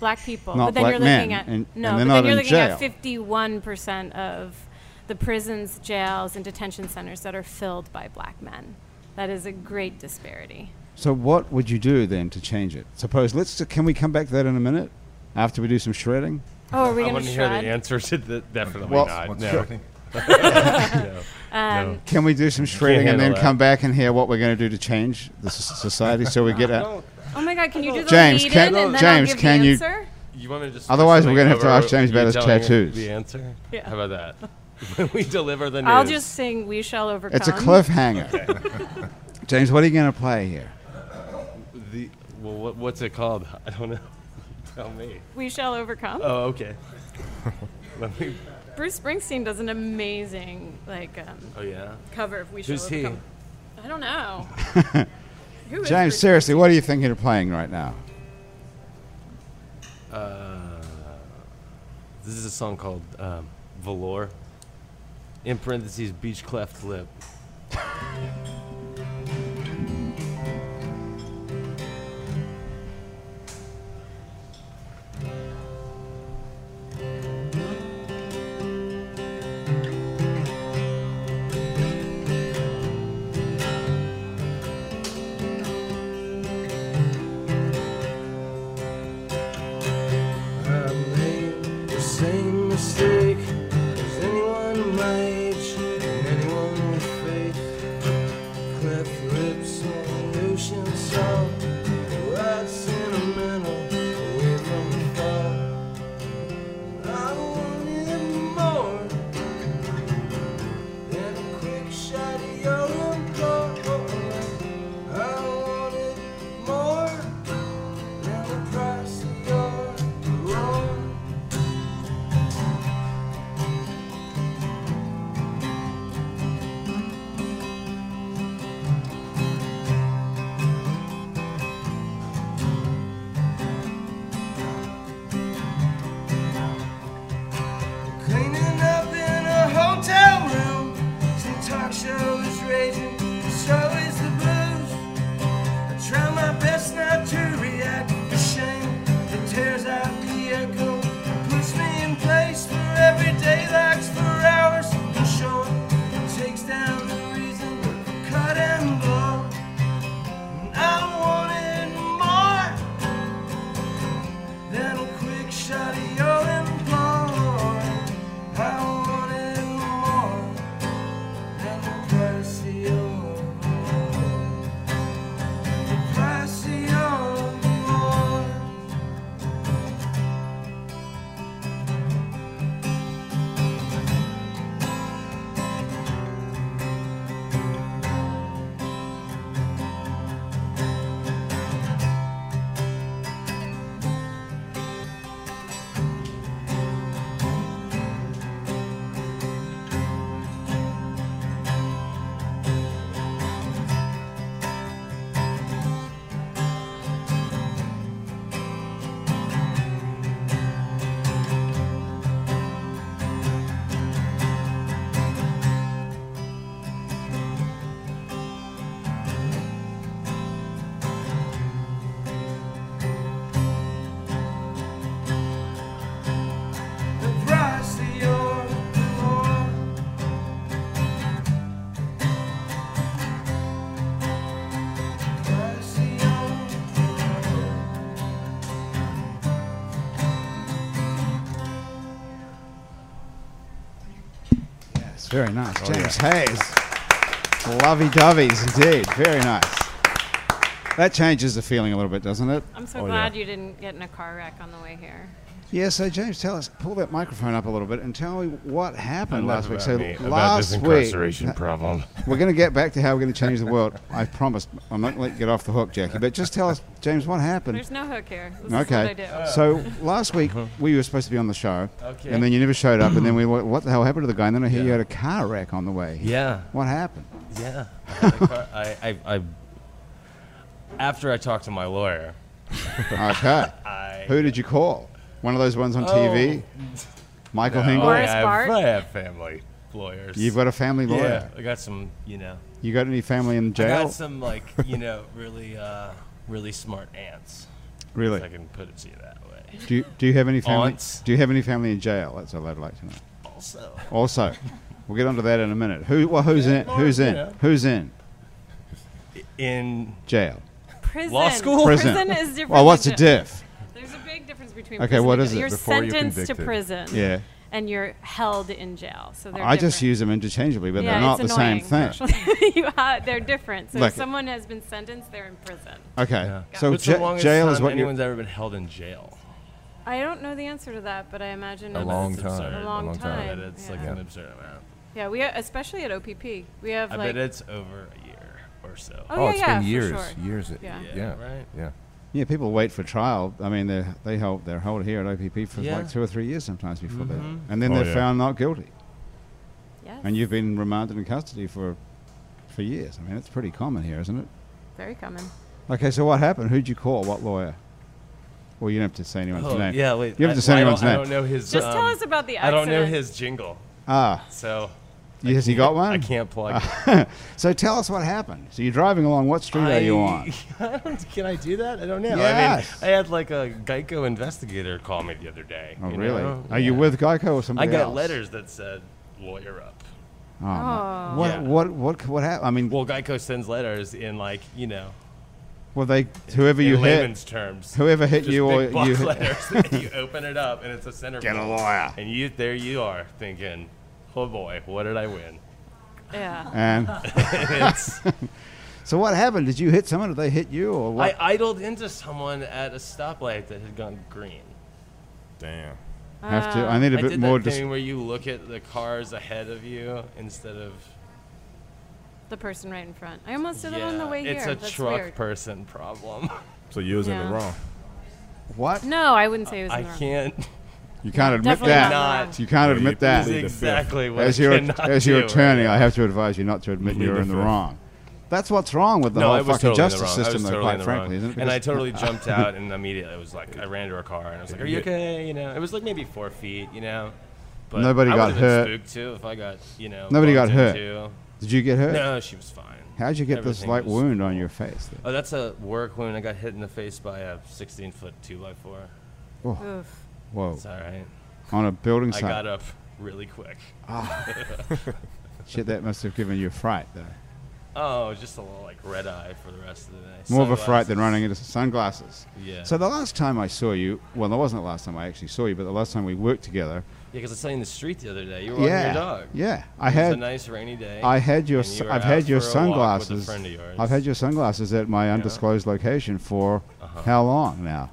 Speaker 2: Black people.
Speaker 1: Not
Speaker 2: but then
Speaker 1: black
Speaker 2: you're looking
Speaker 1: men,
Speaker 2: at,
Speaker 1: and- and
Speaker 2: no,
Speaker 1: they're
Speaker 2: but then
Speaker 1: not
Speaker 2: you're
Speaker 1: in
Speaker 2: looking
Speaker 1: jail.
Speaker 2: at 51% of the prisons, jails, and detention centers that are filled by black men. That is a great disparity.
Speaker 1: So what would you do then to change it? Suppose, let's, can we come back to that in a minute after we do some shredding?
Speaker 2: Oh, are we
Speaker 4: I
Speaker 2: going
Speaker 4: want
Speaker 2: to
Speaker 4: to hear the
Speaker 2: shred?
Speaker 4: answer to that. Definitely
Speaker 1: Well,
Speaker 4: not.
Speaker 5: what's
Speaker 4: No.
Speaker 5: shocking.
Speaker 4: no. no.
Speaker 2: Um,
Speaker 1: Can we do some shredding and
Speaker 4: handle
Speaker 1: then
Speaker 4: that.
Speaker 1: come back and hear what we're going to do to change the s- society so we get out?
Speaker 2: Oh my God, can you do the
Speaker 1: James,
Speaker 2: lead
Speaker 1: can-
Speaker 2: in and then
Speaker 1: James,
Speaker 2: I'll give
Speaker 1: can
Speaker 2: the
Speaker 1: you-
Speaker 2: answer?
Speaker 4: You want me to just
Speaker 1: Otherwise, we're
Speaker 4: switch
Speaker 1: gonna
Speaker 4: something
Speaker 1: have to ask
Speaker 4: over
Speaker 1: James
Speaker 4: you
Speaker 1: about his
Speaker 4: telling her
Speaker 1: tattoos.
Speaker 4: The answer?
Speaker 2: Yeah.
Speaker 4: How about that? When we deliver the news.
Speaker 2: I'll just sing We Shall Overcome.
Speaker 1: It's a cliffhanger. James, what are you going to play here?
Speaker 4: The, well, what, what's it called? I don't know. Tell me.
Speaker 2: We Shall Overcome.
Speaker 4: Oh, okay. Let me.
Speaker 2: Bruce Springsteen does an amazing like um,
Speaker 4: Oh yeah.
Speaker 2: cover of We Shall
Speaker 4: Who's he?
Speaker 2: Overcome. I don't know. Who is
Speaker 1: James,
Speaker 2: Bruce?
Speaker 1: seriously, what are you thinking of playing right now?
Speaker 4: Uh, this is a song called um, "Valor." In parentheses, beach cleft lip. I made the same mistake
Speaker 1: It's very nice. James Hayes. Lovey doveys indeed. Very nice. That changes the feeling a little bit, doesn't it?
Speaker 2: I'm so
Speaker 3: Oh, yeah.
Speaker 2: glad you didn't get in a car wreck on the way here.
Speaker 1: Yeah, so James, tell us, pull that microphone up a little bit and tell me what happened last
Speaker 4: Enough
Speaker 1: week.
Speaker 4: about
Speaker 1: So
Speaker 4: me, about this
Speaker 1: last week,
Speaker 4: incarceration problem.
Speaker 1: we're going to get back to how we're going to change the world. I promise. I'm not going to let you get off the hook, Jackie. But just tell us, James, what happened?
Speaker 2: There's no hook here. This
Speaker 1: Okay.
Speaker 2: is what I do.
Speaker 1: So last week we were supposed to be on the show,
Speaker 4: Okay.
Speaker 1: and then you never showed up. And then we, went, what the hell happened to the guy? And then I hear you
Speaker 4: Yeah.
Speaker 1: had a car wreck on the way.
Speaker 4: Yeah.
Speaker 1: What happened?
Speaker 4: Yeah. I, had a car- I, I, I, after I talked to my lawyer,
Speaker 1: Okay.
Speaker 4: I.
Speaker 1: Who did you call? One of those ones on
Speaker 4: Oh.
Speaker 1: TV. Michael
Speaker 4: Oh,
Speaker 1: Hingle.
Speaker 4: I
Speaker 2: Morris
Speaker 4: have,
Speaker 2: Bart?
Speaker 4: I have family lawyers.
Speaker 1: You've got a family lawyer.
Speaker 4: Yeah, I got some, you know.
Speaker 1: You got any family in jail?
Speaker 4: I got some, like, you know, really, uh, really smart aunts. If I
Speaker 1: really?
Speaker 4: can put it to you that way.
Speaker 1: Do you, do you have any family?
Speaker 4: Aunts.
Speaker 1: Do you have any family in jail? That's all I'd like to know.
Speaker 4: Also,
Speaker 1: Also, we'll get onto that in a minute. Who? Well, who's in? Who's in?
Speaker 4: Yeah.
Speaker 1: Who's in
Speaker 4: in
Speaker 1: jail?
Speaker 2: Prison.
Speaker 4: Law school?
Speaker 1: Prison.
Speaker 2: is different.
Speaker 1: Well, what's the
Speaker 2: than jail.
Speaker 1: diff?
Speaker 2: There's a big difference between.
Speaker 1: Okay,
Speaker 2: prison
Speaker 1: what
Speaker 2: and
Speaker 1: is
Speaker 2: jail.
Speaker 1: it?
Speaker 2: You're
Speaker 5: Before you're
Speaker 2: sentenced to
Speaker 5: convicted.
Speaker 2: prison.
Speaker 1: Yeah.
Speaker 2: And you're held in jail. So they're
Speaker 1: I just
Speaker 2: different.
Speaker 1: use them interchangeably, but
Speaker 2: Yeah,
Speaker 1: they're not the
Speaker 2: it's
Speaker 1: same
Speaker 2: annoying.
Speaker 1: thing.
Speaker 2: you are, they're different. So
Speaker 1: Look-
Speaker 2: if someone has been sentenced, they're in prison.
Speaker 1: Okay.
Speaker 4: yeah.
Speaker 1: So
Speaker 4: What's
Speaker 1: ja-
Speaker 4: the longest
Speaker 1: jail
Speaker 4: time
Speaker 1: is what you.
Speaker 4: anyone's ever been held in jail.
Speaker 2: I don't know the answer to that, but I imagine
Speaker 5: A
Speaker 2: it's-
Speaker 5: long
Speaker 4: it's
Speaker 5: time.
Speaker 4: absurd.
Speaker 2: A long time.
Speaker 4: That it's like
Speaker 2: Yeah.
Speaker 4: an absurd amount.
Speaker 2: Yeah, we especially at OPP, we have
Speaker 4: I
Speaker 2: like
Speaker 4: bet it's over a year or so.
Speaker 2: Oh,
Speaker 5: it's
Speaker 2: yeah, yeah,
Speaker 5: been
Speaker 2: for
Speaker 5: years,
Speaker 2: sure.
Speaker 5: years. It,
Speaker 2: Yeah.
Speaker 5: yeah.
Speaker 4: Yeah, right?
Speaker 5: Yeah.
Speaker 1: Yeah, people wait for trial. I mean, they they hold they're held here at OPP for
Speaker 4: Yeah.
Speaker 1: like two or three years sometimes before
Speaker 4: Mhm.
Speaker 1: they, and then
Speaker 3: Oh,
Speaker 1: they're
Speaker 3: yeah.
Speaker 1: found not guilty,
Speaker 2: yes,
Speaker 1: and you've been remanded in custody for for years. I mean, it's pretty common here, isn't it?
Speaker 2: very common.
Speaker 1: Okay, so what happened? Who'd you call? What lawyer? Well, you don't have to say anyone's
Speaker 4: Oh,
Speaker 1: name.
Speaker 4: yeah, wait.
Speaker 1: You
Speaker 4: I,
Speaker 1: have to say
Speaker 4: I don't-
Speaker 1: anyone's
Speaker 4: I
Speaker 1: name.
Speaker 4: don't know his.
Speaker 2: Just tell
Speaker 4: um,
Speaker 2: us about the
Speaker 4: I
Speaker 2: accident.
Speaker 4: don't know his jingle,
Speaker 1: Ah,
Speaker 4: so
Speaker 1: yes, you got one. Uh,
Speaker 4: I can't plug. it.
Speaker 1: So tell us what happened. So you're driving along. What street are you on?
Speaker 4: I don't- can I do that? I don't know.
Speaker 1: Yes.
Speaker 4: I mean, I had like a Geico investigator call me the other day.
Speaker 1: Oh,
Speaker 4: you
Speaker 1: really?
Speaker 4: know?
Speaker 1: Are you
Speaker 4: Yeah.
Speaker 1: with Geico or
Speaker 4: I
Speaker 1: somebody
Speaker 4: got
Speaker 1: else?
Speaker 4: letters that said lawyer up.
Speaker 1: Oh, my-
Speaker 2: Oh.
Speaker 1: What,
Speaker 4: Yeah.
Speaker 1: what what what happened? I mean,
Speaker 4: Well, Geico sends letters in like you know
Speaker 1: well, they whoever you
Speaker 4: in
Speaker 1: hit,
Speaker 4: layman's terms.
Speaker 1: whoever hit
Speaker 4: Just
Speaker 1: you or
Speaker 4: big block
Speaker 1: you hit,
Speaker 4: letters. and you open it up and it's a center. Get a
Speaker 1: lawyer.
Speaker 4: And you there you are thinking, oh boy, what did I win?
Speaker 2: Yeah.
Speaker 1: and
Speaker 4: it's
Speaker 1: so what happened? Did you hit someone? Did they hit you or
Speaker 4: I
Speaker 1: what?
Speaker 4: idled into someone at a stoplight that had gone green.
Speaker 3: Damn.
Speaker 1: have to. I need a
Speaker 4: I
Speaker 1: bit
Speaker 4: did
Speaker 1: more.
Speaker 4: that thing where you look at the cars ahead of you instead of.
Speaker 2: The person right in front. I almost did it on the
Speaker 4: Yeah,
Speaker 2: way
Speaker 4: it's
Speaker 2: here.
Speaker 4: a
Speaker 2: That's
Speaker 4: truck
Speaker 2: weird.
Speaker 4: person problem.
Speaker 3: So you was in
Speaker 2: Yeah.
Speaker 3: the wrong.
Speaker 1: dis- what?
Speaker 2: No, I wouldn't say it was.
Speaker 4: I
Speaker 2: in the wrong.
Speaker 4: can't.
Speaker 1: You can't admit
Speaker 2: Definitely
Speaker 1: that.
Speaker 4: not.
Speaker 1: You can't
Speaker 3: Yeah, you
Speaker 1: admit
Speaker 4: That's
Speaker 1: that.
Speaker 3: plead the fifth.
Speaker 4: exactly what
Speaker 1: As
Speaker 4: I
Speaker 1: your
Speaker 4: cannot
Speaker 1: as your
Speaker 4: do right
Speaker 1: attorney,
Speaker 4: now.
Speaker 1: I have to advise you not to admit
Speaker 3: Plead
Speaker 1: you're
Speaker 3: the
Speaker 1: in the
Speaker 3: fifth.
Speaker 1: wrong. That's what's wrong with the
Speaker 4: No, I
Speaker 1: whole
Speaker 4: was
Speaker 1: fucking
Speaker 4: totally in the
Speaker 1: justice
Speaker 4: wrong.
Speaker 1: system,
Speaker 4: I was
Speaker 1: though.
Speaker 4: totally in
Speaker 1: quite
Speaker 4: the
Speaker 1: frankly,
Speaker 4: wrong.
Speaker 1: isn't it? Uh,
Speaker 4: And I
Speaker 1: Because-
Speaker 4: totally jumped out, and immediately I was like, I ran to her car, and I was like, Are you okay? You know, it was like maybe four feet, you know. But
Speaker 1: Nobody
Speaker 4: I
Speaker 1: got
Speaker 4: would've
Speaker 1: hurt.
Speaker 4: Been spooked too if I got, you know.
Speaker 1: Nobody got
Speaker 4: bumped
Speaker 1: hurt.
Speaker 4: into.
Speaker 1: Did you get hurt?
Speaker 4: No, she was fine.
Speaker 1: How'd you get this
Speaker 4: Everything
Speaker 1: light
Speaker 4: was-
Speaker 1: wound on your face? There?
Speaker 4: Oh, that's a work wound. I got hit in the face by a 16 foot 2x4.
Speaker 2: Oof.
Speaker 1: Whoa!
Speaker 4: It's all right.
Speaker 1: On a building
Speaker 4: I
Speaker 1: site.
Speaker 4: got up really quick.
Speaker 1: Shit, that must have given you a fright, though.
Speaker 4: Oh, just a little like red eye for the rest of the day.
Speaker 1: More of a fright than
Speaker 4: Sunglasses.
Speaker 1: running into sunglasses.
Speaker 4: Yeah.
Speaker 1: So the last time I saw you, well, that wasn't the last time I actually saw you, but the last time we worked together.
Speaker 4: Yeah, because I saw you in the street the other day. You were walking
Speaker 1: yeah.
Speaker 4: your dog.
Speaker 1: Yeah. I
Speaker 4: It was a
Speaker 1: had.
Speaker 4: nice rainy day.
Speaker 1: I had your.
Speaker 4: and
Speaker 1: s-
Speaker 4: you were
Speaker 1: I've
Speaker 4: out
Speaker 1: had your
Speaker 4: for a walk with a
Speaker 1: sunglasses.
Speaker 4: friend of yours.
Speaker 1: I've had your sunglasses at my undisclosed location for
Speaker 4: Uh-huh.
Speaker 1: how long now?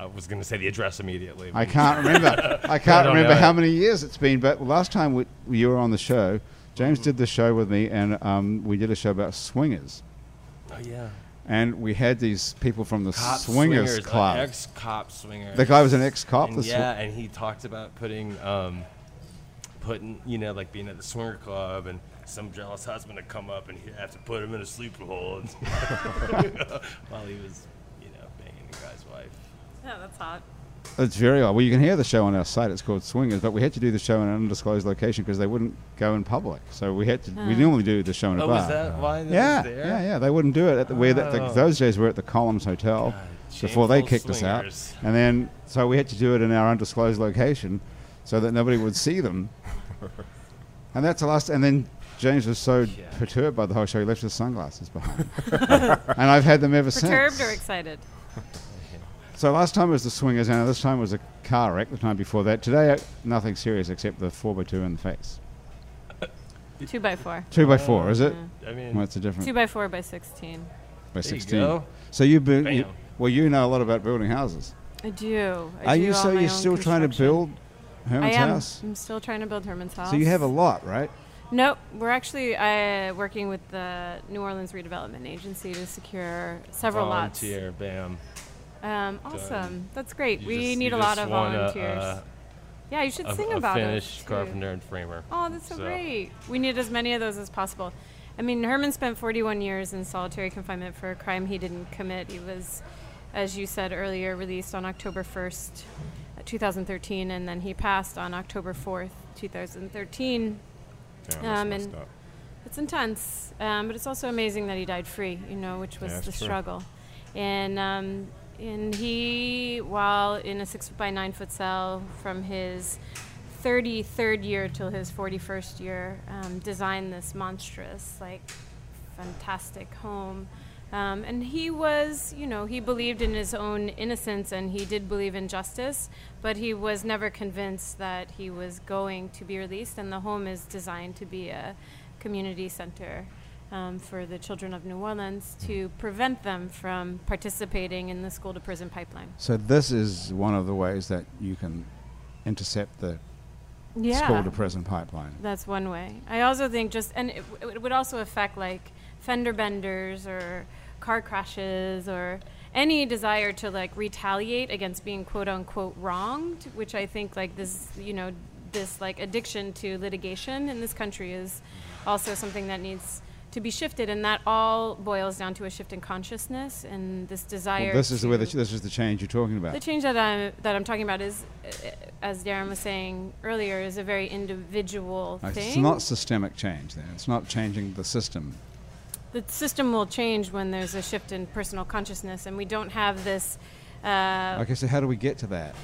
Speaker 4: I was going to say the address immediately.
Speaker 1: I
Speaker 4: but-
Speaker 1: can't remember. I can't
Speaker 4: don't
Speaker 1: remember
Speaker 4: know
Speaker 1: how
Speaker 4: it.
Speaker 1: many years it's been. But last time we, you were on the show,
Speaker 4: Mm-hmm.
Speaker 1: James did the show with me, and um, we did a show about swingers.
Speaker 4: Oh yeah.
Speaker 1: And we had these people from the
Speaker 4: Cop
Speaker 1: swingers,
Speaker 4: swingers,
Speaker 1: club.
Speaker 4: Ex cop swinger.
Speaker 1: the guy was an ex-cop. The
Speaker 4: And
Speaker 1: sw-
Speaker 4: yeah, and he talked about putting, um, putting, you know, like being at the swinger club and some jealous husband would come up and he'd have to put him in a sleeper hold while he was, you know, banging the guy's wife.
Speaker 2: Yeah, that's hot.
Speaker 1: It's very odd. Well, you can hear the show on our site. It's called Swingers, but we had to do the show in an undisclosed location because they wouldn't go in public. So we had to. We normally do the show in a
Speaker 4: Oh,
Speaker 1: bar.
Speaker 4: was that why this
Speaker 1: yeah,
Speaker 4: was there?
Speaker 1: yeah, yeah. They wouldn't do it at the where that the,
Speaker 4: Oh.
Speaker 1: those days were at the Columns Hotel
Speaker 4: God,
Speaker 1: before they
Speaker 4: shameful
Speaker 1: kicked us
Speaker 4: swingers.
Speaker 1: out, and then so we had to do it in our undisclosed location so that nobody would see them. and that's the last. And then James was so
Speaker 4: Yeah.
Speaker 1: perturbed by the whole show, he left his sunglasses behind, and I've had them ever
Speaker 2: Perturbed
Speaker 1: since.
Speaker 2: or excited?
Speaker 1: So last time was the swingers, and this time was a car wreck. The time before that, today uh, nothing serious except the four by two in the face.
Speaker 2: Two by four.
Speaker 1: Two by
Speaker 4: Oh.
Speaker 1: four, is it?
Speaker 4: I mean,
Speaker 1: What's the difference?
Speaker 2: Two by four by sixteen.
Speaker 1: by
Speaker 4: There you
Speaker 1: 16.
Speaker 4: go.
Speaker 1: So you, bu-
Speaker 4: Bam.
Speaker 1: you- well, you know a lot about building houses.
Speaker 2: I do. I
Speaker 1: Are
Speaker 2: do
Speaker 1: you
Speaker 2: all
Speaker 1: so
Speaker 2: my
Speaker 1: you're
Speaker 2: own
Speaker 1: still trying to
Speaker 2: construction.
Speaker 1: build Herman's
Speaker 2: I am.
Speaker 1: house?
Speaker 2: I'm still trying to build Herman's house.
Speaker 1: So you have a lot, right?
Speaker 2: Nope, we're actually uh, working with the New Orleans Redevelopment Agency to secure several
Speaker 4: volunteer, bam.
Speaker 2: lots. Um, awesome, that's great.
Speaker 4: You
Speaker 2: we
Speaker 4: just-
Speaker 2: need
Speaker 4: you
Speaker 2: a lot
Speaker 4: just uh,
Speaker 2: of
Speaker 4: won a-
Speaker 2: volunteers.
Speaker 4: a-
Speaker 2: yeah, you should
Speaker 4: a,
Speaker 2: sing
Speaker 4: a
Speaker 2: about
Speaker 4: finished
Speaker 2: it. too.
Speaker 4: carpenter and framer.
Speaker 2: Oh, that's so,
Speaker 4: So-
Speaker 2: great. We need as many of those as possible. I mean, Herman spent 41 years in solitary confinement for a crime he didn't commit. He was, as you said earlier, released on October 1st, uh, 2013, and then he passed on October 4th, 2013.
Speaker 3: Damn,
Speaker 2: Um,
Speaker 3: that's
Speaker 2: and-
Speaker 3: messed up.
Speaker 2: It's intense, um, but it's also amazing that he died free, you know, which was
Speaker 3: Yeah, it's
Speaker 2: the
Speaker 3: true.
Speaker 2: struggle. And, um, and he, while in a six foot by nine foot cell from his 33rd year till his 41st year, um, designed this monstrous, like, fantastic home. Um, and he was, you know, he believed in his own innocence and he did believe in justice, but he was never convinced that he was going to be released. And the home is designed to be a community center um, for the children of New Orleans to prevent them from participating in the school to prison pipeline.
Speaker 1: So this is one of the ways that you can intercept the
Speaker 2: Yeah.
Speaker 1: school to prison pipeline.
Speaker 2: That's one way. I also think just, and it, w- it would also affect like fender benders or car crashes or any desire to like retaliate against being quote unquote wronged, which I think like this, you know, this like addiction to litigation in this country is also something that needs to be shifted, and that all boils down to a shift in consciousness and this desire.
Speaker 1: Well, this is the way.
Speaker 2: to-
Speaker 1: The ch- this is the change you're talking about.
Speaker 2: the change that I'm that I'm talking about is, uh, as Darren was saying earlier, is a very individual
Speaker 1: Like,
Speaker 2: thing.
Speaker 1: It's not systemic change. Then it's not changing the system.
Speaker 2: the system will change when there's a shift in personal consciousness, and we don't have this. Uh,
Speaker 1: Okay, so how do we get to that?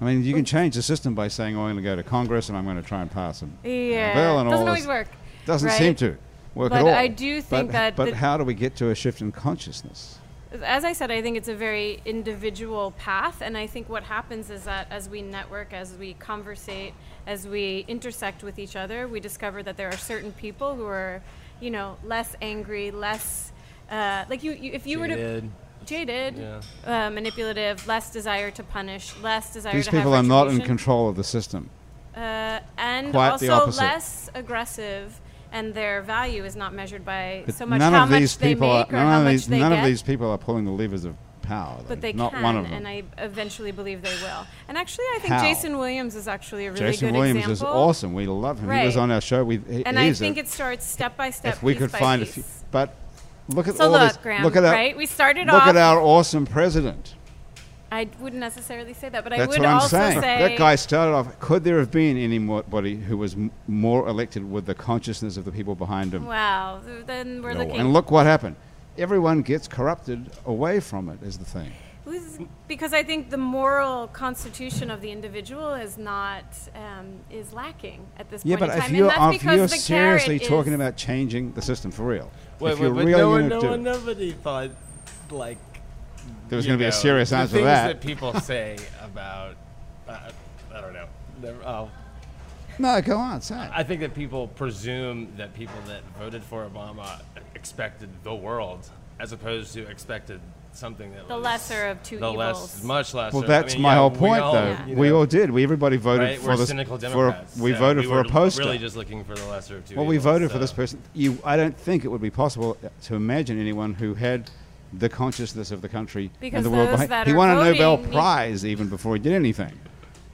Speaker 1: I mean, you can change the system by saying, "Oh, I'm going to go to Congress and I'm going to try and pass them."
Speaker 2: yeah,
Speaker 1: Bill and all
Speaker 2: doesn't
Speaker 1: this-
Speaker 2: always work.
Speaker 1: Doesn't
Speaker 2: right?
Speaker 1: seem to work at
Speaker 2: But
Speaker 1: all.
Speaker 2: I do think
Speaker 1: But-
Speaker 2: that
Speaker 1: But
Speaker 2: the-
Speaker 1: how do we get to a shift in consciousness?
Speaker 2: as I said, I think it's a very individual path, and I think what happens is that as we network, as we conversate, as we intersect with each other, we discover that there are certain people who are, you know, less angry, less uh, like you, you. If you were to
Speaker 4: Jaded.
Speaker 2: jaded,
Speaker 4: Yeah.
Speaker 2: uh, manipulative, less desire to punish, less desire
Speaker 1: These
Speaker 2: to
Speaker 1: people are
Speaker 2: have
Speaker 1: not in
Speaker 2: retribution
Speaker 1: control of the system.
Speaker 2: uh, and
Speaker 1: Quite the
Speaker 2: also
Speaker 1: opposite.
Speaker 2: less aggressive, and their value is not measured by
Speaker 1: But
Speaker 2: so much
Speaker 1: none
Speaker 2: how
Speaker 1: of these
Speaker 2: much they
Speaker 1: people
Speaker 2: make
Speaker 1: are,
Speaker 2: or how
Speaker 1: none, of
Speaker 2: much
Speaker 1: these,
Speaker 2: they
Speaker 1: none
Speaker 2: get.
Speaker 1: of these people are pulling the levers of power. Though.
Speaker 2: but they
Speaker 1: not
Speaker 2: can,
Speaker 1: one of them.
Speaker 2: and I eventually believe they will. And actually, I think
Speaker 1: How?
Speaker 2: Jason Williams is actually a really
Speaker 1: Jason
Speaker 2: good
Speaker 1: Williams
Speaker 2: example.
Speaker 1: is awesome. We love him. He was
Speaker 2: Right.
Speaker 1: on our show. We he,
Speaker 2: And I
Speaker 1: he's
Speaker 2: think
Speaker 1: a,
Speaker 2: it starts step by step.
Speaker 1: if we
Speaker 2: piece
Speaker 1: could
Speaker 2: by
Speaker 1: find
Speaker 2: piece.
Speaker 1: a few. But look at
Speaker 2: So
Speaker 1: all
Speaker 2: look,
Speaker 1: this.
Speaker 2: Graham.
Speaker 1: look at our
Speaker 2: right, we started
Speaker 1: look
Speaker 2: off.
Speaker 1: at our awesome president.
Speaker 2: I wouldn't necessarily say that, but I
Speaker 1: That's
Speaker 2: would
Speaker 1: what I'm
Speaker 2: also
Speaker 1: saying.
Speaker 2: say
Speaker 1: that guy started off. Could there have been anybody who was m- more elected with the consciousness of the people behind him?
Speaker 2: Wow. th- Then we're
Speaker 3: No
Speaker 2: looking.
Speaker 3: way.
Speaker 1: And look what happened. Everyone gets corrupted away from it. Is the thing.
Speaker 2: Who's- Because I think the moral constitution of the individual is not um, is lacking at this
Speaker 1: Yeah,
Speaker 2: point
Speaker 1: but
Speaker 2: in
Speaker 1: if
Speaker 2: time,
Speaker 1: you
Speaker 2: and that's
Speaker 1: are, if
Speaker 2: because
Speaker 1: you're
Speaker 2: the
Speaker 1: seriously
Speaker 2: carrot
Speaker 1: talking
Speaker 2: is,
Speaker 1: about changing the system for real,
Speaker 4: Wait,
Speaker 1: if
Speaker 4: wait,
Speaker 1: you're
Speaker 4: but
Speaker 1: really
Speaker 4: no one,
Speaker 1: gonna
Speaker 4: no
Speaker 1: do
Speaker 4: one,
Speaker 1: it,
Speaker 4: nobody thought, like.
Speaker 1: there was
Speaker 4: you
Speaker 1: going to be a
Speaker 4: know,
Speaker 1: serious
Speaker 4: the
Speaker 1: answer to
Speaker 4: things
Speaker 1: that.
Speaker 4: people say about, uh, I don't know. Never, oh,
Speaker 1: no, go on, say. it.
Speaker 4: I think that people presume that people that voted for Obama expected the world, as opposed to expected something that
Speaker 2: The
Speaker 4: was
Speaker 2: lesser of two
Speaker 4: the Less,
Speaker 2: evils.
Speaker 4: much lesser.
Speaker 1: Well,
Speaker 4: I
Speaker 1: that's
Speaker 4: mean,
Speaker 1: my
Speaker 4: yeah,
Speaker 1: whole
Speaker 4: we
Speaker 1: point,
Speaker 4: all,
Speaker 1: though.
Speaker 4: you
Speaker 1: We
Speaker 4: know,
Speaker 1: all did. We everybody voted
Speaker 4: right?
Speaker 1: for
Speaker 4: We're
Speaker 1: this.
Speaker 4: cynical
Speaker 1: for a-
Speaker 4: Democrats.
Speaker 1: we
Speaker 4: so
Speaker 1: voted
Speaker 4: we
Speaker 1: for
Speaker 4: were
Speaker 1: a poster.
Speaker 4: Really, just looking for the lesser of two.
Speaker 1: well, we
Speaker 4: evils,
Speaker 1: voted for
Speaker 4: so-
Speaker 1: this person. You, I don't think it would be possible to imagine anyone who had the consciousness of the country
Speaker 2: Because
Speaker 1: and the world
Speaker 2: those
Speaker 1: behind.
Speaker 2: that
Speaker 1: he
Speaker 2: are
Speaker 1: won a
Speaker 2: voting
Speaker 1: Nobel
Speaker 2: need-
Speaker 1: Prize even before he did anything.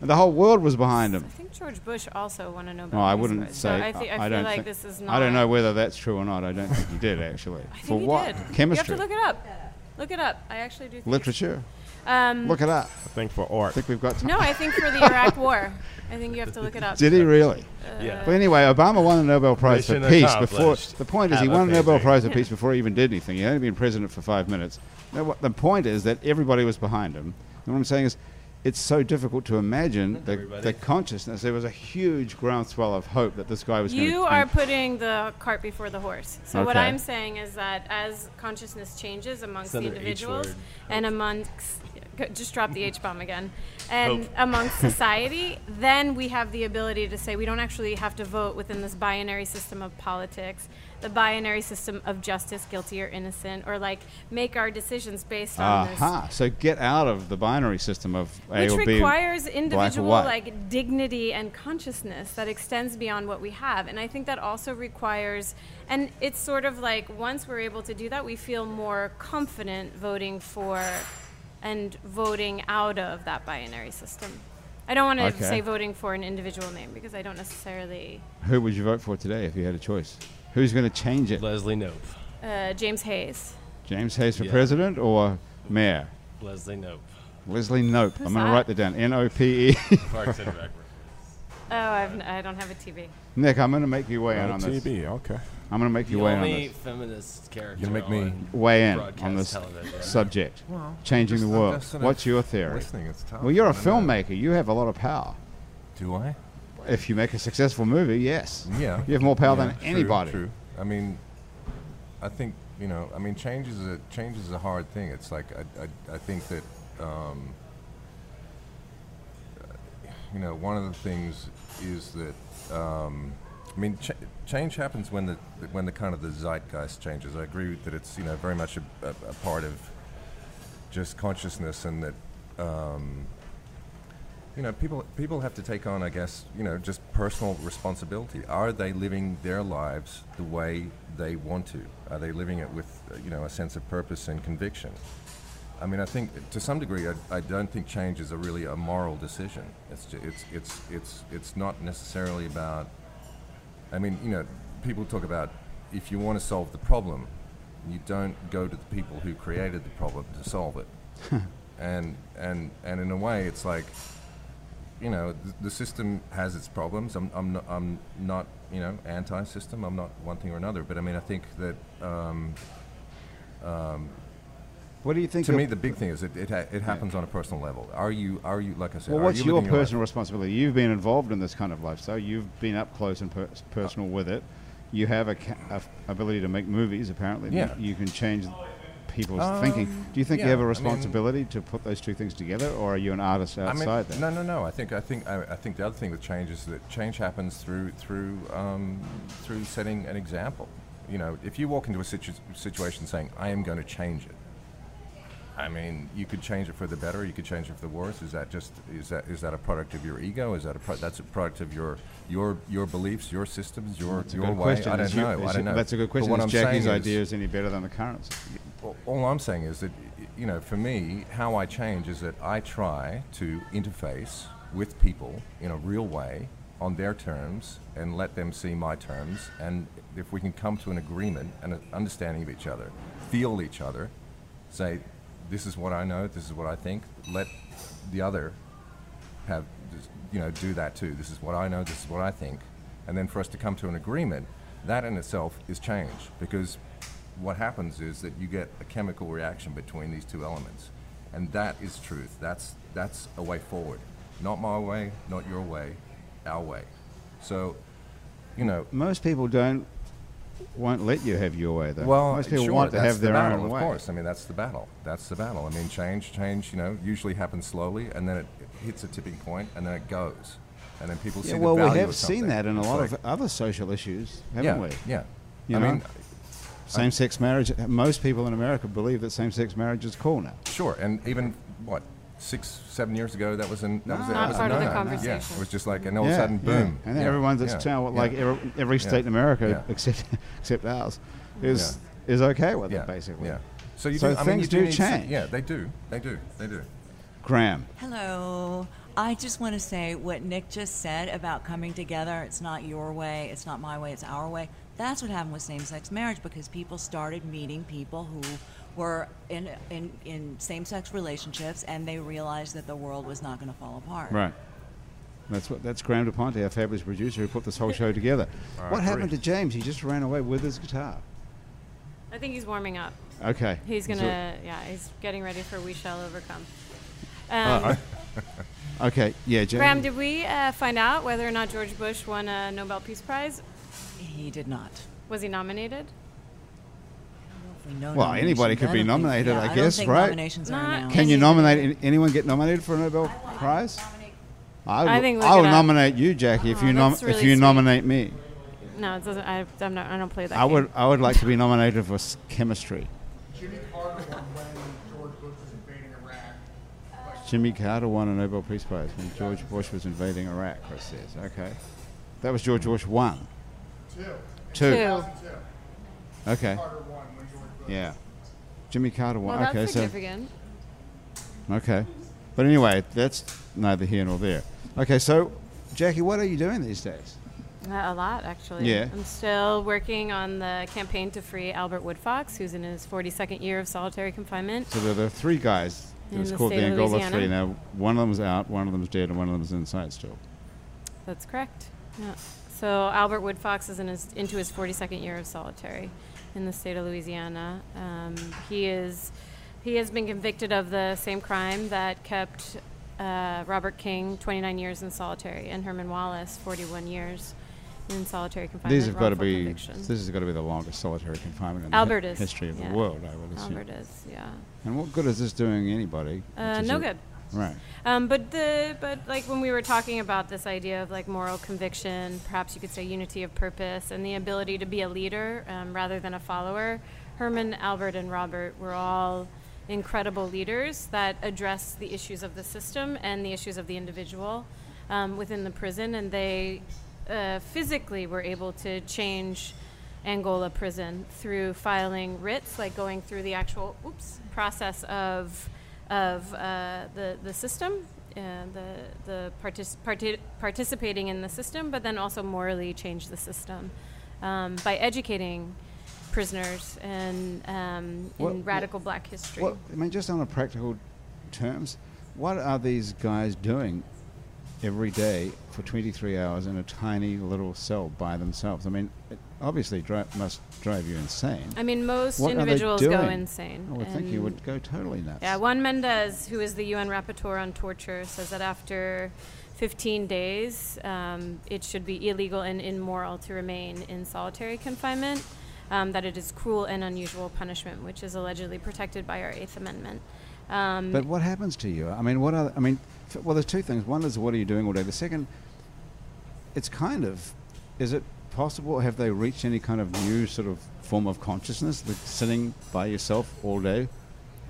Speaker 1: And the whole world was behind him.
Speaker 2: I think George Bush also won a Nobel.
Speaker 1: Well, I
Speaker 2: Peace
Speaker 1: wouldn't
Speaker 2: Prize,
Speaker 1: say.
Speaker 2: so I, thi- I, feel
Speaker 1: don't
Speaker 2: like
Speaker 1: think-
Speaker 2: this is not.
Speaker 1: I don't know whether that's true or not. I don't think he did actually.
Speaker 2: I think
Speaker 1: for
Speaker 2: he
Speaker 1: what?
Speaker 2: did.
Speaker 1: Chemistry,
Speaker 2: You have to look it up. Look it up. I actually do. Think
Speaker 1: literature.
Speaker 2: Um,
Speaker 1: Look it up.
Speaker 3: I think for
Speaker 1: I
Speaker 3: art.
Speaker 1: think we've got time.
Speaker 2: no, I think for the Iraq War. I think you have to look it up.
Speaker 1: Did he really?
Speaker 4: Yeah.
Speaker 1: But anyway, Obama won a Nobel Prize for
Speaker 4: Mission
Speaker 1: Peace before.
Speaker 4: accomplished.
Speaker 1: The point is, he
Speaker 4: Have a
Speaker 1: won a Nobel
Speaker 4: painting.
Speaker 1: Prize for Peace before he even did anything. He'd only been president for five minutes. No, what- the point is that everybody was behind him. And what I'm saying is, it's so difficult to imagine the,
Speaker 4: everybody.
Speaker 1: the consciousness. There was a huge groundswell of hope that this guy was going
Speaker 2: You are putting the cart before the horse. So what
Speaker 1: Okay.
Speaker 2: I'm saying is that as consciousness changes amongst
Speaker 4: It's another H
Speaker 2: individuals
Speaker 4: word.
Speaker 2: and amongst go- just drop the H bomb again, and amongst society, then we have the ability to say we don't actually have to vote within this binary system of politics, the binary system of justice, guilty or innocent, or like make our decisions based on this
Speaker 1: Aha. So get out of the binary system of A
Speaker 2: which
Speaker 1: or B.
Speaker 2: requires individual
Speaker 1: white.
Speaker 2: like dignity and consciousness that extends beyond what we have and i think that also requires and it's sort of like once we're able to do that we feel more confident voting for and voting out of that binary system i don't want to
Speaker 1: Okay.
Speaker 2: say voting for an individual name because i don't necessarily
Speaker 1: Who would you vote for today if you had a choice? Who's going to change it?
Speaker 4: Leslie Nope.
Speaker 2: uh, james hayes
Speaker 1: James Hayes for
Speaker 4: Yeah.
Speaker 1: president or mayor?
Speaker 4: Leslie Nope.
Speaker 1: Leslie Nope. I'm going to
Speaker 2: that?
Speaker 1: write that down. N O P E.
Speaker 4: Parks and Rec.
Speaker 2: oh I've n- i don't have a tv
Speaker 1: Nick, I'm going to make you weigh in
Speaker 3: Uh,
Speaker 1: on this.
Speaker 3: TB, okay.
Speaker 1: I'm going to make you
Speaker 4: The
Speaker 1: weigh in on
Speaker 4: only
Speaker 1: this.
Speaker 4: feminist character.
Speaker 5: You're gonna make me-
Speaker 4: on
Speaker 1: Weigh in
Speaker 4: broadcast
Speaker 1: on this
Speaker 4: television.
Speaker 1: subject.
Speaker 5: Well,
Speaker 1: Changing
Speaker 5: just-
Speaker 1: the
Speaker 5: I'm
Speaker 1: world.
Speaker 5: just sort of
Speaker 1: What's your theory?
Speaker 5: Listening, it's tough.
Speaker 1: Well, you're a
Speaker 5: I don't know.
Speaker 1: filmmaker. You have a lot of power.
Speaker 5: Do I?
Speaker 1: If you make a successful movie, yes.
Speaker 5: Yeah.
Speaker 1: You have more power
Speaker 5: Yeah,
Speaker 1: than
Speaker 5: true,
Speaker 1: anybody.
Speaker 5: True. I mean, I think you know. I mean, change is a change is a hard thing. It's like I I, I think that um, you know one of the things is that um, I mean ch- change happens when the when the kind of the zeitgeist changes. I agree that it's you know very much a, a, a part of just consciousness and that you know, people people have to take on, I guess, you know, just personal responsibility. Are they living their lives the way they want to? Are they living it with, uh, you know, a sense of purpose and conviction? I mean, I think to some degree, I, I don't think change is a really a moral decision. It's ju- it's it's it's it's not necessarily about. I mean, you know, people talk about if you want to solve the problem, you don't go to the people who created the problem to solve it. and and and in a way, it's like you know, th- the system has its problems. I'm, I'm, not, I'm not, you know, anti-system. I'm not one thing or another. But I mean, I think that um,
Speaker 1: What do you think?
Speaker 5: to
Speaker 1: of-
Speaker 5: me, the big thing is it, it, ha- it happens on a personal level. Are you, are you, like I said,
Speaker 1: well,
Speaker 5: are
Speaker 1: what's
Speaker 5: you
Speaker 1: your
Speaker 5: living life-
Speaker 1: personal responsibility? You've been involved in this kind of lifestyle. You've been up close and per- personal with it. You have a, ca- a f- ability to make movies. Apparently,
Speaker 5: Yeah. Um,
Speaker 1: You can change people's thinking. Do you think you
Speaker 5: yeah,
Speaker 1: have
Speaker 5: I
Speaker 1: a
Speaker 5: mean-
Speaker 1: responsibility to put those two things together, or are you an artist
Speaker 5: I mean,
Speaker 1: outside that?
Speaker 5: No, no, no. I think I think I, I think the other thing with change is that change happens through through um, through setting an example. You know, if you walk into a situ- situation saying, "I am going to change it," I mean, you could change it for the better, you could change it for the worse. Is that just is that is that a product of your ego? Is that a pro- that's a product of your your your beliefs, your systems, your
Speaker 1: That's a
Speaker 5: your
Speaker 1: good
Speaker 5: way?
Speaker 1: question.
Speaker 5: I don't
Speaker 1: Is you-
Speaker 5: know.
Speaker 1: is
Speaker 5: I
Speaker 1: it-
Speaker 5: don't know.
Speaker 1: That's a good
Speaker 5: But
Speaker 1: question.
Speaker 5: what
Speaker 1: is
Speaker 5: I'm
Speaker 1: Jackie's
Speaker 5: saying is-
Speaker 1: idea is any better than the current's?
Speaker 5: well, all I'm saying is that, y- you know, for me, how I change is that I try to interface with people in a real way on their terms and let them see my terms. And if we can come to an agreement and an understanding of each other, feel each other, say, this is what I know, this is what I think, let the other have just, you know do that too. This is what I know. This is what I think, and then for us to come to an agreement, that in itself is change because what happens is that you get a chemical reaction between these two elements, and that is truth. That's that's a way forward, not my way, not your way, our way. So, you know.
Speaker 1: Most people don't won't let you have your way though.
Speaker 5: Well,
Speaker 1: most people
Speaker 5: sure,
Speaker 1: want to
Speaker 5: that's
Speaker 1: have
Speaker 5: the
Speaker 1: their
Speaker 5: battle,
Speaker 1: own
Speaker 5: of
Speaker 1: way.
Speaker 5: course. I mean, that's the battle. That's the battle. I mean, change, change. You know, usually happens slowly, and then it, it hits a tipping point, and then it goes, and then people see
Speaker 1: Yeah,
Speaker 5: the
Speaker 1: well,
Speaker 5: value
Speaker 1: we have
Speaker 5: of
Speaker 1: seen
Speaker 5: something.
Speaker 1: that in a
Speaker 5: It's
Speaker 1: lot
Speaker 5: like-
Speaker 1: of other social issues, haven't
Speaker 5: yeah,
Speaker 1: we?
Speaker 5: Yeah.
Speaker 1: You
Speaker 5: I
Speaker 1: know?
Speaker 5: mean,
Speaker 1: Same sex marriage, most people in America believe that same sex marriage is cool now.
Speaker 5: sure. And even what six, seven years ago, that was an that was, a-
Speaker 1: Not
Speaker 5: that was a
Speaker 2: part of the
Speaker 5: no-no. Yeah,
Speaker 2: conversation.
Speaker 5: it was just like, and all of a sudden, boom,
Speaker 1: And then
Speaker 5: Yeah,
Speaker 1: everyone's that's
Speaker 5: yeah,
Speaker 1: town,
Speaker 5: yeah.
Speaker 1: like every, every state in America
Speaker 5: yeah.
Speaker 1: except except ours, is is okay with
Speaker 5: yeah,
Speaker 1: it basically.
Speaker 5: Yeah. So you
Speaker 1: So
Speaker 5: do, I mean, you
Speaker 1: things do
Speaker 5: need some-
Speaker 1: change.
Speaker 5: yeah, they do. They do. They do.
Speaker 1: Graham,
Speaker 6: Hello. I just want to say what Nick just said about coming together. It's not your way, it's not my way, it's our way. That's what happened with same-sex marriage because people started meeting people who were in in, in same-sex relationships and they realized that the world was not going to fall apart.
Speaker 1: right? That's what that's Graham DePonte, our fabulous producer who put this whole show together. what happened to James? He just ran away with his guitar.
Speaker 2: i think he's warming up
Speaker 1: Okay.
Speaker 2: he's
Speaker 1: So-
Speaker 2: gonna yeah he's getting ready for we shall overcome
Speaker 1: Oh,
Speaker 2: um,
Speaker 1: okay. Yeah, James.
Speaker 2: Graham, did we uh, find out whether or not George Bush won a Nobel Peace Prize?
Speaker 6: He did not.
Speaker 2: Was he nominated?
Speaker 6: we know.
Speaker 1: Well, anybody
Speaker 6: nominations.
Speaker 1: could
Speaker 6: I
Speaker 1: be
Speaker 6: don't think-
Speaker 1: nominated,
Speaker 6: yeah,
Speaker 1: I
Speaker 6: don't
Speaker 1: guess,
Speaker 6: think
Speaker 1: right?
Speaker 6: Nominations are
Speaker 2: Not
Speaker 6: announced.
Speaker 1: Can you
Speaker 2: Any-
Speaker 1: nominate an- anyone? Get nominated for a Nobel Prize? I will,
Speaker 2: I think look
Speaker 1: will
Speaker 2: it up.
Speaker 1: nominate you, Jackie, if
Speaker 2: Aw,
Speaker 1: you nom-
Speaker 2: Oh, that's really
Speaker 1: if you
Speaker 2: sweet.
Speaker 1: nominate me.
Speaker 2: No, it doesn't. I, I'm not. I don't play that.
Speaker 1: I
Speaker 2: game.
Speaker 1: would I would like to be nominated for s- chemistry.
Speaker 7: Jimmy Carter won when George Bush was invading Iraq.
Speaker 1: Jimmy Carter won a Nobel Peace Prize when George Bush was invading Iraq. Chris says, okay, that was George Bush one,
Speaker 7: Two.
Speaker 1: two.
Speaker 2: Two.
Speaker 1: Okay,
Speaker 7: Carter won when George Bush.
Speaker 1: yeah, Jimmy Carter won.
Speaker 2: Well, that's
Speaker 1: okay, so
Speaker 2: significant.
Speaker 1: Okay. But anyway, that's neither here nor there. Okay, so Jackie, what are you doing these days?
Speaker 2: Uh, a lot, actually.
Speaker 1: Yeah.
Speaker 2: I'm still working on the campaign to free Albert Woodfox, who's in his 42nd year of solitary confinement.
Speaker 1: So there, there are three guys. It
Speaker 2: In
Speaker 1: was
Speaker 2: the
Speaker 1: called the
Speaker 2: state of
Speaker 1: Angola
Speaker 2: Louisiana.
Speaker 1: Three. Now, one of them's out, one of them's dead, and one of them's inside still.
Speaker 2: That's correct. Yeah. So Albert Woodfox is in his, into his 42nd year of solitary in the state of Louisiana. Um, he is he has been convicted of the same crime that kept uh, Robert King 29 years in solitary and Herman Wallace 41 years in solitary confinement.
Speaker 1: These have got to
Speaker 2: wrongful
Speaker 1: be.
Speaker 2: conviction.
Speaker 1: This has got to be the longest solitary confinement in
Speaker 2: Albert
Speaker 1: the hi-
Speaker 2: is,
Speaker 1: history of
Speaker 2: yeah.
Speaker 1: the world. I would assume.
Speaker 2: Albert is, yeah.
Speaker 1: And what good is this doing anybody?
Speaker 2: Uh,
Speaker 1: Which is
Speaker 2: no
Speaker 1: a-
Speaker 2: good.
Speaker 1: Right.
Speaker 2: Um, but the but like when we were talking about this idea of like moral conviction, perhaps you could say unity of purpose and the ability to be a leader um, rather than a follower. Herman, Albert, and Robert were all incredible leaders that addressed the issues of the system and the issues of the individual um, within the prison, and they uh, physically were able to change Angola prison through filing writs, like going through the actual oops process of of uh, the the system, uh, the the partic- parti- participating in the system, but then also morally change the system um, by educating prisoners and um,
Speaker 1: What-
Speaker 2: in radical Black history.
Speaker 1: Well, I mean, just on a practical terms, what are these guys doing every day for 23 hours in a tiny little cell by themselves? I mean, it obviously dri- must drive you insane.
Speaker 2: I mean, most
Speaker 1: what
Speaker 2: individuals
Speaker 1: are they
Speaker 2: go
Speaker 1: doing?
Speaker 2: insane.
Speaker 1: I would think you
Speaker 2: and-
Speaker 1: would go totally nuts.
Speaker 2: Yeah, Juan Mendez, who is the UN rapporteur on torture, says that after 15 days, um, it should be illegal and immoral to remain in solitary confinement, um, that it is cruel and unusual punishment, which is allegedly protected by our Eighth Amendment. Um,
Speaker 1: But what happens to you? I mean, what are? I mean, f- well, there's two things. One is what are you doing all day. The second, it's kind of, is it possible? Have they reached any kind of new sort of form of consciousness? Like sitting by yourself all day.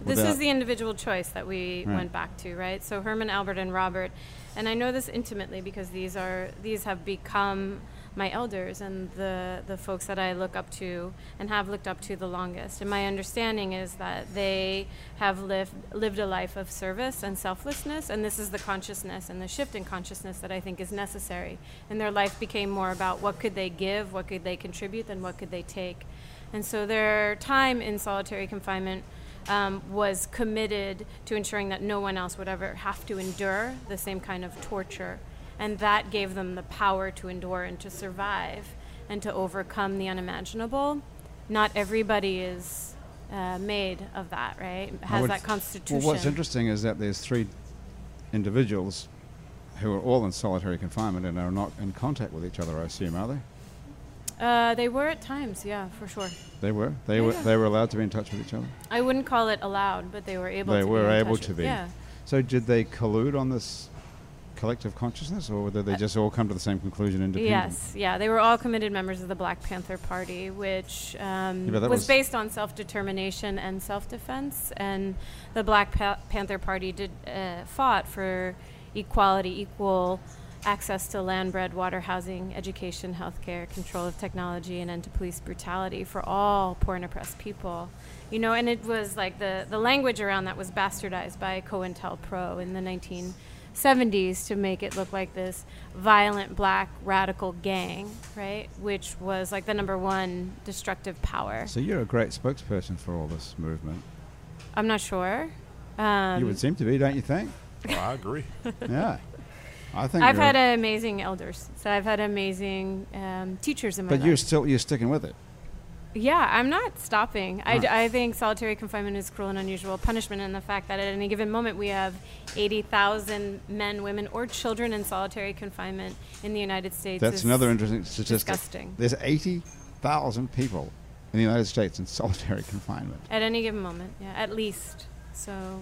Speaker 2: This
Speaker 1: without-
Speaker 2: is the individual choice that we
Speaker 1: Right.
Speaker 2: went back to, right? So Herman, Albert, and Robert, and I know this intimately because these are these have become my elders and the the folks that I look up to and have looked up to the longest. And my understanding is that they have lived lived a life of service and selflessness, and this is the consciousness and the shift in consciousness that I think is necessary. And their life became more about what could they give, what could they contribute, than what could they take. And so their time in solitary confinement um, was committed to ensuring that no one else would ever have to endure the same kind of torture. And that gave them the power to endure and to survive and to overcome the unimaginable. Not everybody is uh, made of that, right?
Speaker 1: I
Speaker 2: Has
Speaker 1: would-
Speaker 2: that constitution.
Speaker 1: Well, what's interesting is that there's three individuals who are all in solitary confinement and are not in contact with each other. I assume are they?
Speaker 2: uh, they were at times, yeah, for sure.
Speaker 1: They were. They were.
Speaker 2: Yeah.
Speaker 1: They were allowed to be in touch with each other.
Speaker 2: I wouldn't call it allowed, but they were able.
Speaker 1: they
Speaker 2: to
Speaker 1: were
Speaker 2: be in
Speaker 1: able
Speaker 2: touch
Speaker 1: to
Speaker 2: with-
Speaker 1: be.
Speaker 2: Yeah.
Speaker 1: So did they collude on this collective consciousness, or did they just all come to the same conclusion independently?
Speaker 2: Uh, Yes, yeah, they were all committed members of the Black Panther Party, which um,
Speaker 1: Yeah, but that
Speaker 2: was,
Speaker 1: was-
Speaker 2: based on self-determination and self-defense. And the Black pa- Panther Party did uh, fought for equality, equal access to land, bread, water, housing, education, healthcare, control of technology, and end to police brutality for all poor and oppressed people. You know, and it was like the the language around that was bastardized by COINTELPRO in the 19- 70s to make it look like this violent black radical gang, right? Which was like the number one destructive power.
Speaker 1: So you're a great spokesperson for all this movement.
Speaker 2: I'm not sure. Um,
Speaker 1: you would seem to be, don't you think?
Speaker 3: Well, I agree.
Speaker 1: yeah. I think.
Speaker 2: I've
Speaker 1: you're-
Speaker 2: had amazing elders, so I've had amazing um, teachers in my
Speaker 1: but
Speaker 2: life.
Speaker 1: you're still you're sticking with it.
Speaker 2: Yeah, I'm not stopping. I, d- I think solitary confinement is cruel and unusual punishment, and the fact that at any given moment we have 80,000 men, women, or children in solitary confinement in the United States.
Speaker 1: That's
Speaker 2: is
Speaker 1: another interesting statistic.
Speaker 2: disgusting.
Speaker 1: There's eighty thousand people in the United States in solitary confinement.
Speaker 2: At any given moment, yeah, at least. So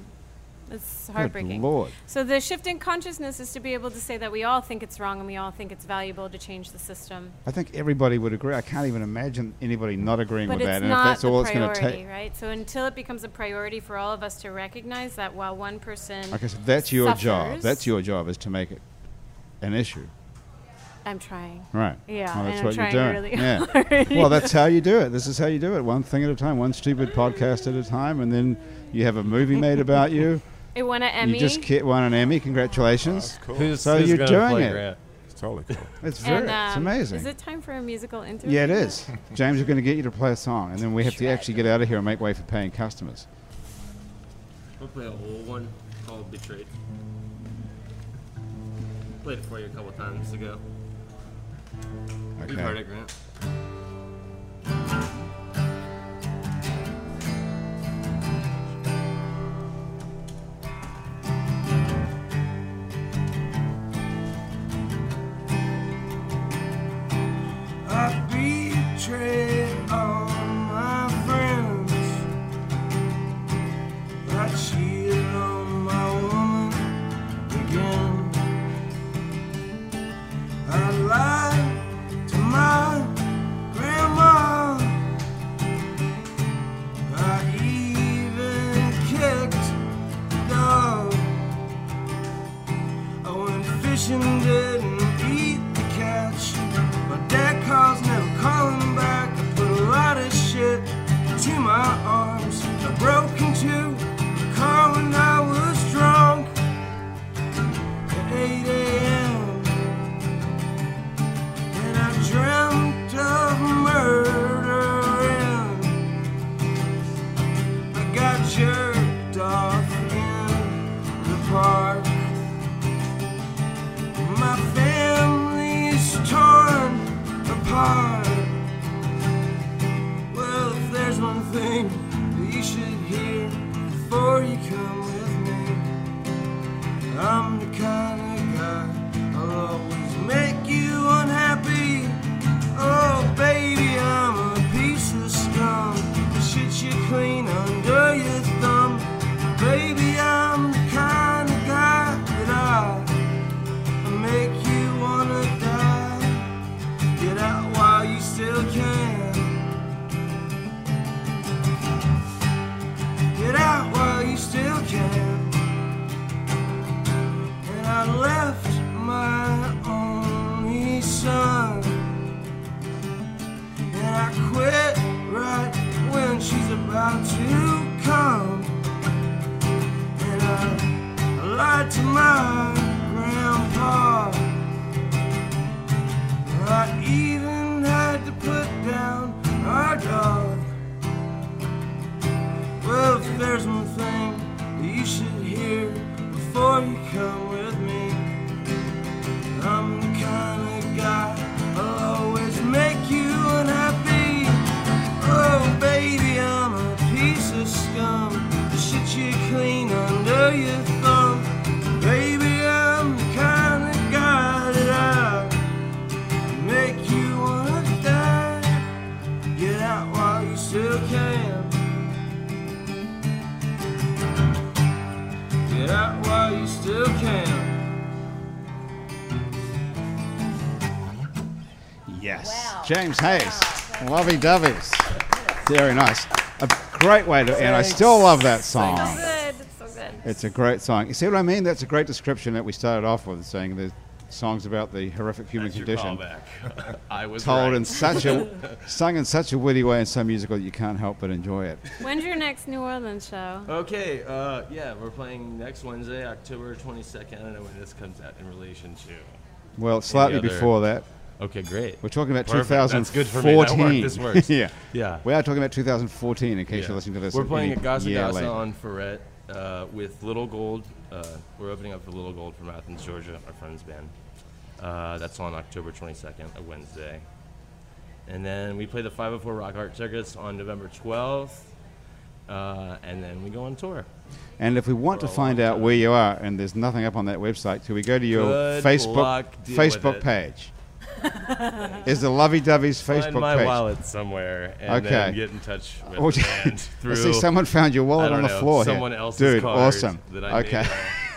Speaker 2: it's
Speaker 1: Good
Speaker 2: heartbreaking.
Speaker 1: Lord.
Speaker 2: So the shift in consciousness is to be able to say that we all think it's wrong and we all think it's valuable to change the system.
Speaker 1: I think everybody would agree. I can't even imagine anybody not agreeing
Speaker 2: But
Speaker 1: with that.
Speaker 2: it's
Speaker 1: and
Speaker 2: not
Speaker 1: if that's
Speaker 2: the
Speaker 1: all
Speaker 2: priority,
Speaker 1: it's going to take.
Speaker 2: right? So until it becomes a priority for all of us to recognize that while one person,
Speaker 1: Like I said, that's your job.
Speaker 2: Suffers.
Speaker 1: That's your job is to make it an issue.
Speaker 2: I'm trying.
Speaker 1: Right.
Speaker 2: Yeah,
Speaker 1: Well,
Speaker 2: and
Speaker 1: that's
Speaker 2: I'm
Speaker 1: what
Speaker 2: trying
Speaker 1: you're doing.
Speaker 2: really
Speaker 1: yeah.
Speaker 2: hard.
Speaker 1: Well, that's how you do it. This is how you do it. One thing at a time, one stupid podcast at a time, and then you have a movie made about you.
Speaker 2: It won an Emmy.
Speaker 1: You just ki- won an Emmy. Congratulations.
Speaker 3: Cool.
Speaker 4: Who's,
Speaker 1: So
Speaker 4: who's
Speaker 1: you're
Speaker 4: gonna
Speaker 1: doing
Speaker 4: play
Speaker 1: it.
Speaker 4: Grant?
Speaker 3: It's totally cool.
Speaker 1: It's very,
Speaker 2: and,
Speaker 1: it's
Speaker 2: um,
Speaker 1: amazing.
Speaker 2: Is it time for a musical interview?
Speaker 1: yeah, it is. James, we're going to get you to play a song, and then we have to actually get out of here and make way for paying customers.
Speaker 4: We'll play a whole one called Betrayed. Played it for you a couple times ago.
Speaker 1: Okay.
Speaker 4: You've heard it, Grant.
Speaker 8: I betrayed all my friends. I cheated on my woman again. I lied to my grandma. I even kicked the dog. I went fishing, didn't eat the catch. My dad calls, never calling back. I put a lot of shit into my arms. I broke into a car when I was drunk at 8 a.m. And I dreamt of murdering. I got jerked off in the park. My family's torn apart. Well, if there's one thing that you should hear before you come with me, I'm the kind of guy I'll always make you unhappy. Oh, baby, I'm a piece of scum. Shit you clean under your thumb. Baby, I'm the kind of guy that I make you wanna die. Get out while you still can. Get out while you still can. And I left my only son. And I quit right when she's about to come. And I I lied to my grandpa. I even had to put down our dog. Well, if there's one thing that you should hear before you come with me, I'm the kind of guy I'll always make you unhappy. Oh, baby, I'm a piece of scum. The shit you clean under your thumb. Baby, I'm the kind of guy that I make you wanna die. Get out while you still can. Get out while you still can.
Speaker 1: Yes. James Hayes. Lovey doveys. Very nice. A great way to end. I still love that song.
Speaker 2: So good. It's so good.
Speaker 1: It's a great song. You see what I mean? That's a great description that we started off with, saying the songs about the horrific human
Speaker 4: That's your
Speaker 1: condition,
Speaker 4: callback. I was
Speaker 1: told
Speaker 4: right.
Speaker 1: in such a, sung in such a witty way and so musical that you can't help but enjoy it.
Speaker 2: When's your next New Orleans show?
Speaker 4: Okay, uh, yeah, we're playing next Wednesday, October 22nd. I don't know when this comes out in relation to.
Speaker 1: Well, slightly
Speaker 4: other-
Speaker 1: before that,
Speaker 4: Okay, great.
Speaker 1: we're talking about
Speaker 4: Perfect. That's good for me.
Speaker 1: 2014.
Speaker 4: That worked. This works.
Speaker 1: yeah,
Speaker 4: Yeah.
Speaker 1: We are talking about 2014. In case
Speaker 4: Yeah.
Speaker 1: you're listening to this,
Speaker 4: We're playing
Speaker 1: any
Speaker 4: at Gasa
Speaker 1: year
Speaker 4: Gasa
Speaker 1: later.
Speaker 4: on Ferret uh, with Little Gold. Uh, we're opening up for Little Gold from Athens, Georgia, our friend's band. Uh, that's on October 22nd, a Wednesday. And then we play the 504 Rock Art Circus on November 12th. Uh, and then we go on tour.
Speaker 1: And if we want
Speaker 4: for
Speaker 1: to
Speaker 4: a
Speaker 1: find
Speaker 4: long
Speaker 1: out
Speaker 4: time.
Speaker 1: where you are, and there's nothing up on that website, so we go to your
Speaker 4: Good
Speaker 1: Facebook
Speaker 4: luck, deal with
Speaker 1: Facebook
Speaker 4: it.
Speaker 1: page. is the Lovey Dovey's Facebook
Speaker 4: Find my
Speaker 1: page.
Speaker 4: wallet somewhere and
Speaker 1: Okay.
Speaker 4: then get in touch with
Speaker 1: Oh,
Speaker 4: the band through.
Speaker 1: I see someone found your
Speaker 4: I
Speaker 1: wallet
Speaker 4: don't
Speaker 1: on the
Speaker 4: know,
Speaker 1: floor
Speaker 4: someone
Speaker 1: here.
Speaker 4: else's
Speaker 1: Dude,
Speaker 4: card
Speaker 1: awesome.
Speaker 4: that I
Speaker 1: okay.
Speaker 4: made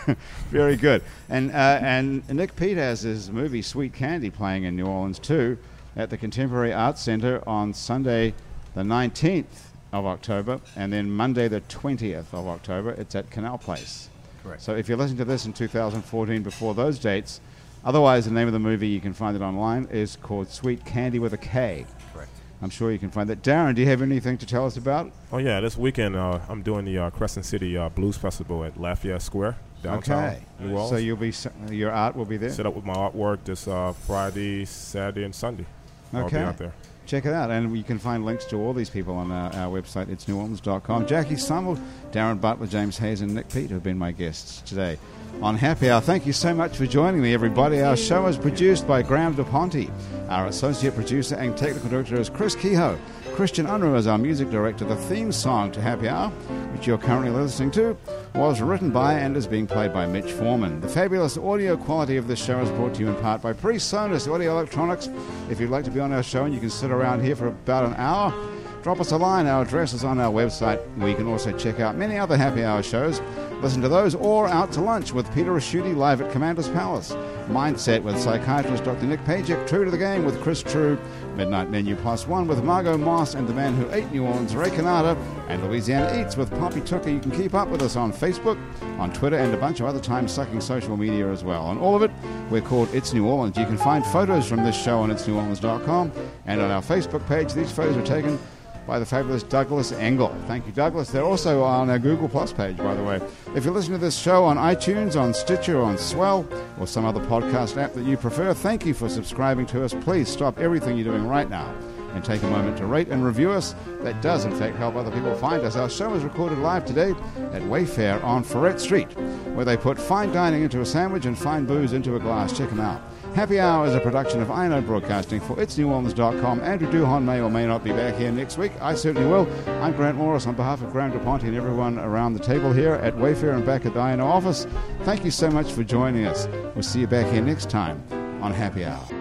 Speaker 1: Very good. And uh, and Nick Pete has his movie Sweet Candy playing in New Orleans too at the Contemporary Arts Center on Sunday the 19th of October and then Monday the 20th of October it's at Canal Place.
Speaker 5: Correct.
Speaker 1: So if you're listening to this in 2014 before those dates, otherwise the name of the movie you can find it online is called Sweet Candy with a K.
Speaker 5: Correct.
Speaker 1: I'm sure you can find that. Darren, do you have anything to tell us about?
Speaker 3: Oh yeah, this weekend uh, I'm doing the uh, Crescent City uh, Blues Festival at Lafayette Square downtown
Speaker 1: Okay.
Speaker 3: New Orleans.
Speaker 1: So you'll be s- your art will be there.
Speaker 3: set up with my artwork this uh, Friday, Saturday, and Sunday. I'll be
Speaker 1: Okay.
Speaker 3: out there.
Speaker 1: Check it out, and you can find links to all these people on our, our website. It's neworleans.com. Jackie Summel, Darren Butler, James Hayes, and Nick Pete have been my guests today on Happy Hour. Thank you so much for joining me, everybody. Our show is produced by Graham DePonte. Our associate producer and technical director is Chris Kehoe. Christian Unruh is our music director. The theme song to Happy Hour, which you're currently listening to, was written by and is being played by Mitch Foreman. The fabulous audio quality of this show is brought to you in part by PreSonus Audio Electronics. If you'd like to be on our show and you can sit around here for about an hour, drop us a line. Our address is on our website, where you can also check out many other happy hour shows. Listen to those or out to lunch with Peter Raschuti live at Commander's Palace. Mindset with psychiatrist Dr. Nick Pajek, True to the Game with Chris True, Midnight Menu Plus One with Margot Moss and the man who ate New Orleans, Ray Canada, and Louisiana Eats with Poppy Tucker. You can keep up with us on Facebook, on Twitter, and a bunch of other time sucking social media as well. On all of it, we're called It's New Orleans. You can find photos from this show on itsneworleans.com and on our Facebook page. These photos are taken by the fabulous Douglas Engel. Thank you, Douglas. They're also on our Google Plus page, by the way. If you listen to this show on iTunes, on Stitcher, on Swell, or some other podcast app that you prefer, thank you for subscribing to us. Please stop everything you're doing right now and take a moment to rate and review us. That does, in fact, help other people find us. Our show is recorded live today at Wayfair on Ferret Street, where they put fine dining into a sandwich and fine booze into a glass. Check them out. Happy Hour is a production of INO Broadcasting for itsneworleans.com. Andrew Duhon may or may not be back here next week. I certainly will. I'm Grant Morris on behalf of Graham DuPonte and everyone around the table here at Wayfair and back at the INO office. Thank you so much for joining us. We'll see you back here next time on Happy Hour.